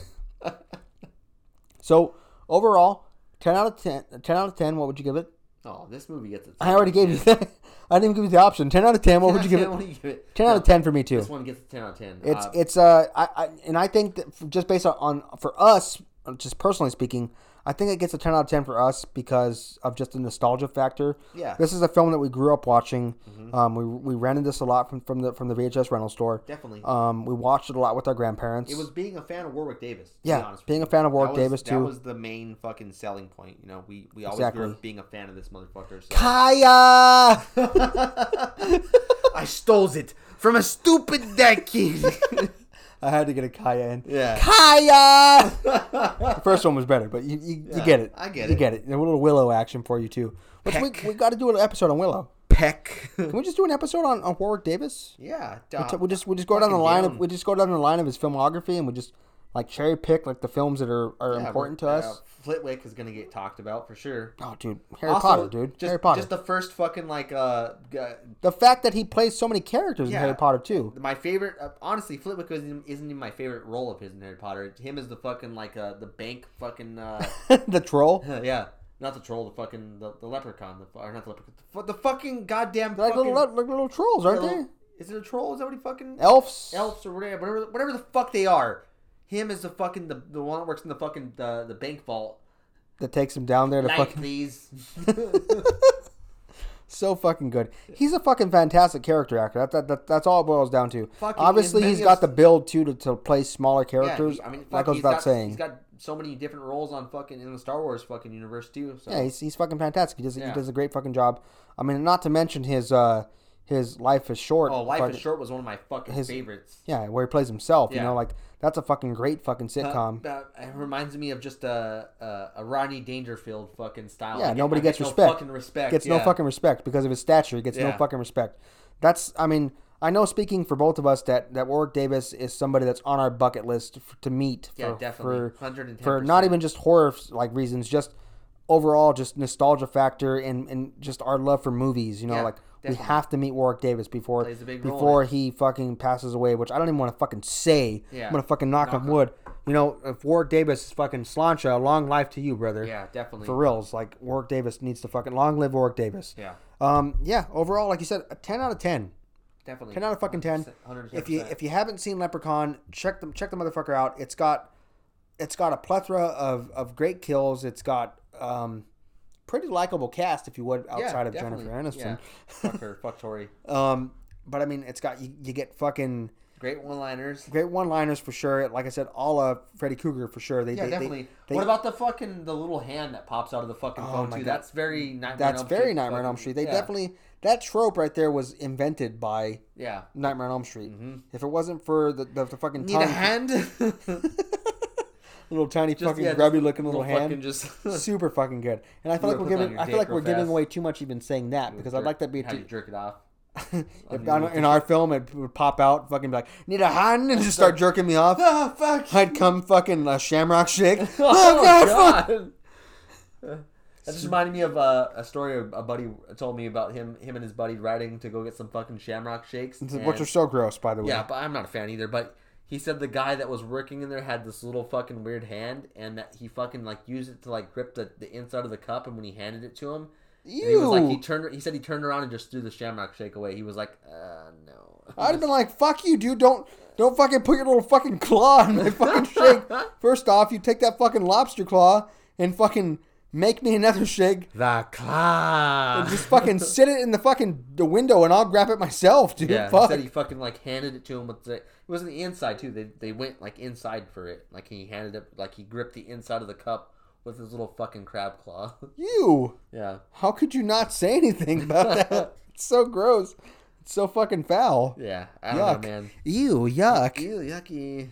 [SPEAKER 1] so overall, ten out of 10, 10 out of ten. What would you give it?
[SPEAKER 4] Oh, this movie gets. Its
[SPEAKER 1] I already gave you that. I didn't even give you the option. Ten out of ten. What would you give
[SPEAKER 4] What
[SPEAKER 1] it?
[SPEAKER 4] do you give it?
[SPEAKER 1] Ten out of ten for me too.
[SPEAKER 4] This one gets a ten out of ten.
[SPEAKER 1] It's
[SPEAKER 4] Uh,
[SPEAKER 2] Um,
[SPEAKER 1] it's uh I, I and I think that f- just based on, on for us just personally speaking, I think it gets a ten out of ten for us because of just the nostalgia factor.
[SPEAKER 2] Yeah. Mm-hmm.
[SPEAKER 1] this is a film that we grew up watching. Um, we we rented this a lot from from the from the VHS rental store.
[SPEAKER 2] Definitely.
[SPEAKER 1] Um, we watched it a lot with our grandparents.
[SPEAKER 2] It was being a fan of Warwick Davis. to be
[SPEAKER 1] yeah,
[SPEAKER 2] honest with
[SPEAKER 1] being
[SPEAKER 2] you.
[SPEAKER 1] a fan of Warwick
[SPEAKER 2] that
[SPEAKER 1] Davis
[SPEAKER 2] was,
[SPEAKER 1] too.
[SPEAKER 2] That was the main fucking selling point. You know, we we always grew
[SPEAKER 1] Exactly.
[SPEAKER 2] up being a fan of this motherfucker. So.
[SPEAKER 1] Kaya.
[SPEAKER 2] I stole it from a stupid dead kid.
[SPEAKER 1] I had to get a Kaya in.
[SPEAKER 2] yeah.
[SPEAKER 1] Kaya. the first one was better, but you you, you get it.
[SPEAKER 2] I get
[SPEAKER 1] You
[SPEAKER 2] it.
[SPEAKER 1] get it. And a little Willow action for you too. Which we,
[SPEAKER 2] Peck.
[SPEAKER 1] we got to do an episode on Willow.
[SPEAKER 2] Peck.
[SPEAKER 1] Can we just do an episode on, on Warwick Davis?
[SPEAKER 2] yeah.
[SPEAKER 1] So
[SPEAKER 2] Dog.
[SPEAKER 1] we just we just go down the
[SPEAKER 2] Uh, fucking
[SPEAKER 1] line of
[SPEAKER 2] down.
[SPEAKER 1] we just go down the line of his filmography and we just like cherry pick like the films that are, are
[SPEAKER 2] Yeah,
[SPEAKER 1] important to
[SPEAKER 2] we're-
[SPEAKER 1] us.
[SPEAKER 2] uh, Flitwick is gonna get talked about for sure.
[SPEAKER 1] Oh, dude, Harry
[SPEAKER 2] Also,
[SPEAKER 1] Potter, dude,
[SPEAKER 2] Just,
[SPEAKER 1] Harry Potter.
[SPEAKER 2] Just
[SPEAKER 1] the,
[SPEAKER 2] the first fucking like uh, g-
[SPEAKER 1] fact that he plays so many characters
[SPEAKER 2] Yeah.
[SPEAKER 1] in Harry Potter too.
[SPEAKER 2] my favorite. Uh, honestly, Flitwick isn't, isn't even my favorite role of his in Harry Potter. Him is the fucking like uh the bank fucking uh
[SPEAKER 1] the troll,
[SPEAKER 2] yeah. Not the troll, the fucking the, the leprechaun, the fu- or not the leprechaun, the, fu- the fucking goddamn
[SPEAKER 1] They're like
[SPEAKER 2] fucking,
[SPEAKER 1] little le- like little trolls, aren't they?
[SPEAKER 2] Is it a troll? Is that what he fucking
[SPEAKER 1] Elves.
[SPEAKER 2] elves or whatever, whatever, whatever the fuck they are. Him is the fucking the, the one that works in the fucking the, the bank vault.
[SPEAKER 1] that takes him down there to
[SPEAKER 2] Night,
[SPEAKER 1] fucking
[SPEAKER 2] please.
[SPEAKER 1] so fucking good. He's a fucking fantastic character actor. That, that, that that's all it boils down to.
[SPEAKER 2] Fucking
[SPEAKER 1] Obviously,
[SPEAKER 2] Ismaeus-
[SPEAKER 1] he's got the build too to, to play smaller
[SPEAKER 2] yeah,
[SPEAKER 1] characters.
[SPEAKER 2] he, I mean, fuck,
[SPEAKER 1] like I was
[SPEAKER 2] he's
[SPEAKER 1] about
[SPEAKER 2] got,
[SPEAKER 1] saying,
[SPEAKER 2] he's got so many different roles on fucking in the Star Wars fucking universe too. So
[SPEAKER 1] Yeah, he's, he's fucking fantastic. He does he
[SPEAKER 2] Yeah.
[SPEAKER 1] does a great fucking job. I mean, not to mention his uh his life is short.
[SPEAKER 2] oh, Life
[SPEAKER 1] fucking-
[SPEAKER 2] is Short was one of my fucking
[SPEAKER 1] his-
[SPEAKER 2] favorites.
[SPEAKER 1] Yeah, where he plays himself. You
[SPEAKER 2] Yeah.
[SPEAKER 1] know, like that's a fucking great fucking sitcom.
[SPEAKER 2] Uh, uh, it reminds me of just a, a, a Rodney Dangerfield fucking style.
[SPEAKER 1] Yeah,
[SPEAKER 2] I get-
[SPEAKER 1] nobody
[SPEAKER 2] I
[SPEAKER 1] gets
[SPEAKER 2] get no
[SPEAKER 1] respect.
[SPEAKER 2] fucking respect.
[SPEAKER 1] gets no
[SPEAKER 2] yeah.
[SPEAKER 1] fucking respect because of his stature. He gets no
[SPEAKER 2] Yeah.
[SPEAKER 1] fucking respect. That's I mean I know speaking for both of us that that Warwick Davis is somebody that's on our bucket list f to meet. For,
[SPEAKER 2] Yeah, definitely.
[SPEAKER 1] For,
[SPEAKER 2] 110%.
[SPEAKER 1] for not even just horror like reasons, just overall just nostalgia factor and and just our love for movies. You know,
[SPEAKER 2] Yeah,
[SPEAKER 1] like we
[SPEAKER 2] definitely.
[SPEAKER 1] have to meet Warwick Davis before
[SPEAKER 2] Plays a big role in
[SPEAKER 1] before he fucking passes away, which I don't even want to fucking say.
[SPEAKER 2] Yeah.
[SPEAKER 1] I'm gonna fucking knock, on wood. You know, if Warwick Davis is fucking slancha, long life to you, brother.
[SPEAKER 2] Yeah, definitely.
[SPEAKER 1] For reals, like Warwick Davis needs to fucking long live Warwick Davis.
[SPEAKER 2] Yeah.
[SPEAKER 1] Um. Yeah. Overall, like you said, a ten out of ten.
[SPEAKER 2] Definitely.
[SPEAKER 1] Ten out of fucking ten.
[SPEAKER 2] 100%.
[SPEAKER 1] If you if you haven't seen Leprechaun, check them check the motherfucker out. It's got it's got a plethora of of great kills. It's got um pretty likable cast if you would
[SPEAKER 2] Yeah,
[SPEAKER 1] outside of
[SPEAKER 2] definitely.
[SPEAKER 1] Jennifer Aniston.
[SPEAKER 2] Yeah. fuck her, fuck Tori.
[SPEAKER 1] Um. But I mean, it's got you, you get fucking
[SPEAKER 2] Great one-liners.
[SPEAKER 1] great one liners for sure. Like I said, all of Freddy Krueger for sure. They
[SPEAKER 2] Yeah,
[SPEAKER 1] they- they-
[SPEAKER 2] definitely.
[SPEAKER 1] they- Oh
[SPEAKER 2] what about the fucking the little hand that pops out of the fucking phone
[SPEAKER 1] my
[SPEAKER 2] too?
[SPEAKER 1] God.
[SPEAKER 2] That's very nightmare.
[SPEAKER 1] That's
[SPEAKER 2] on Elm
[SPEAKER 1] very
[SPEAKER 2] Street
[SPEAKER 1] Nightmare on
[SPEAKER 2] fucking-
[SPEAKER 1] Elm Street. They
[SPEAKER 2] yeah,
[SPEAKER 1] definitely that trope right there was invented by
[SPEAKER 2] yeah.
[SPEAKER 1] Nightmare on Elm Street. If it wasn't for the the, the fucking
[SPEAKER 2] Mm-hmm. Need a
[SPEAKER 1] tiny-
[SPEAKER 2] hand?
[SPEAKER 1] little tiny fucking
[SPEAKER 2] yeah,
[SPEAKER 1] grubby looking little,
[SPEAKER 2] Fucking
[SPEAKER 1] hand,
[SPEAKER 2] just
[SPEAKER 1] super fucking good. And I feel
[SPEAKER 2] You
[SPEAKER 1] like we're
[SPEAKER 2] wanna put it on
[SPEAKER 1] giving
[SPEAKER 2] your
[SPEAKER 1] I feel
[SPEAKER 2] dick
[SPEAKER 1] like
[SPEAKER 2] real
[SPEAKER 1] we're giving
[SPEAKER 2] fast.
[SPEAKER 1] away too much even saying that because I'd like that be
[SPEAKER 2] How you
[SPEAKER 1] to,
[SPEAKER 2] jerk it off?
[SPEAKER 1] if on, in our film it would pop out fucking be like need a hand and just start jerking me off.
[SPEAKER 2] Oh fuck!
[SPEAKER 1] I'd come fucking uh, Shamrock Shake. oh,
[SPEAKER 2] Oh
[SPEAKER 1] God, fuck.
[SPEAKER 2] god! That just reminded me of uh, a story a buddy told me about him him and his buddy riding to go get some fucking shamrock shakes.
[SPEAKER 1] Which are
[SPEAKER 2] and-
[SPEAKER 1] so gross, by the way.
[SPEAKER 2] Yeah, but I'm not a fan either. But he said the guy that was working in there had this little fucking weird hand, and that he fucking like used it to like grip the, the inside of the cup. And when he handed it to him, and he was like he
[SPEAKER 1] Ew.
[SPEAKER 2] turned. He said he turned around and just threw the Shamrock Shake away. He was like, uh, no.
[SPEAKER 1] I'd have been like, "Fuck you, dude! Don't don't fucking put your little fucking claw in my fucking shake." First off, you take that fucking lobster claw and fucking make me another shake.
[SPEAKER 2] The claw.
[SPEAKER 1] Just fucking sit it in the fucking the window and I'll grab it myself, dude.
[SPEAKER 2] Yeah, he
[SPEAKER 1] Fuck.
[SPEAKER 2] said he fucking like handed it to him with the. It was on the inside too. They they went like inside for it. Like he handed it. Like he gripped the inside of the cup with his little fucking crab claw.
[SPEAKER 1] you.
[SPEAKER 2] yeah,
[SPEAKER 1] How could you not say anything about that? It's so gross. It's so fucking foul.
[SPEAKER 2] yeah. I don't
[SPEAKER 1] Yuck.
[SPEAKER 2] know, man.
[SPEAKER 1] Ew, yuck.
[SPEAKER 2] Ew, yucky.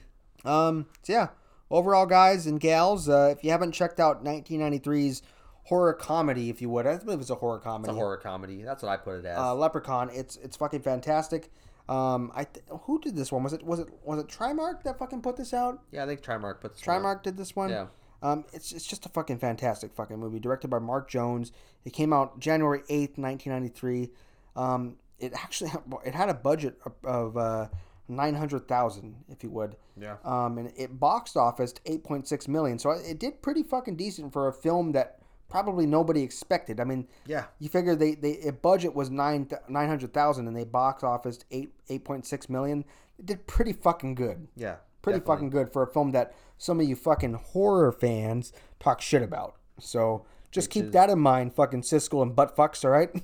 [SPEAKER 1] Um, so yeah. overall, guys and gals, uh, if you haven't checked out 1993's horror comedy, if you would, I believe it's a horror comedy.
[SPEAKER 2] a horror comedy. That's what I put it as.
[SPEAKER 1] uh, Leprechaun. It's it's fucking fantastic. Um, I th- who did this one? Was it was it was it Trimark that fucking put this out?
[SPEAKER 2] yeah, I think Trimark puts this one out.
[SPEAKER 1] Trimark did this one.
[SPEAKER 2] Yeah.
[SPEAKER 1] Um, it's it's just a fucking fantastic fucking movie directed by Mark Jones. It came out January eighth, nineteen ninety three. Um, it actually had, it had a budget of, of uh, nine hundred thousand, if you would.
[SPEAKER 2] Yeah.
[SPEAKER 1] Um, and it boxed office eight point six million, so it did pretty fucking decent for a film that probably nobody expected. I mean,
[SPEAKER 2] Yeah.
[SPEAKER 1] you figure they they a budget was nine nine hundred thousand, and they box office eight eight point six million. It did pretty fucking good
[SPEAKER 2] Yeah.
[SPEAKER 1] pretty fucking good for a film that some of you fucking horror fans talk shit about. So just keep that in mind, fucking Siskel and butt fucks. All right.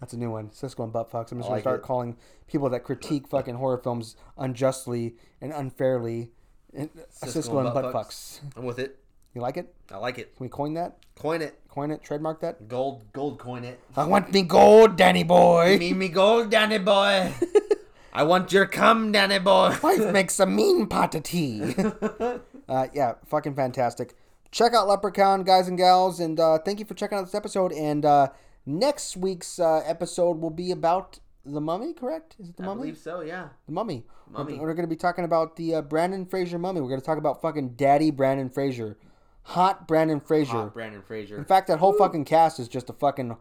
[SPEAKER 1] That's a new one, Siskel and butt fucks. I'm just gonna
[SPEAKER 2] like
[SPEAKER 1] start
[SPEAKER 2] it.
[SPEAKER 1] calling people that critique fucking horror films unjustly and unfairly and- uh, Siskel, and, butt, fucks.
[SPEAKER 2] I'm with it.
[SPEAKER 1] You like it?
[SPEAKER 2] I like it.
[SPEAKER 1] Can we coin that?
[SPEAKER 2] Coin it.
[SPEAKER 1] Coin it? Trademark that?
[SPEAKER 2] Gold, gold coin it.
[SPEAKER 1] I want me gold, Danny boy.
[SPEAKER 2] Give me gold, Danny boy. I want your cum, Danny boy.
[SPEAKER 1] wife makes a mean pot of tea. uh, yeah, fucking fantastic. Check out Leprechaun, guys and gals, and uh, thank you for checking out this episode. And uh, next week's uh, episode will be about the Mummy. Correct? Is it the
[SPEAKER 2] I
[SPEAKER 1] Mummy?
[SPEAKER 2] believe so, yeah.
[SPEAKER 1] The Mummy. We're-
[SPEAKER 2] Mummy.
[SPEAKER 1] We're, going to be talking about the uh, Brandon Fraser Mummy. We're going to talk about fucking Daddy Brandon Fraser, hot Brandon Fraser.
[SPEAKER 2] Hot Brandon Fraser.
[SPEAKER 1] In fact, that whole fucking cast is just a fucking.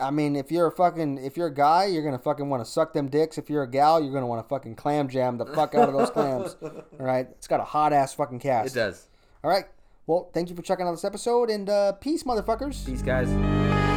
[SPEAKER 1] I mean, if you're a fucking, if you're a guy, you're gonna fucking want to suck them dicks. If you're a gal, you're gonna want to fucking clam jam the fuck out of those clams. All right, it's got a hot ass fucking
[SPEAKER 2] It
[SPEAKER 1] cast.
[SPEAKER 2] does.
[SPEAKER 1] All right, well, thank you for checking out this episode and uh, peace, motherfuckers.
[SPEAKER 2] Peace, guys.
[SPEAKER 1] Peace.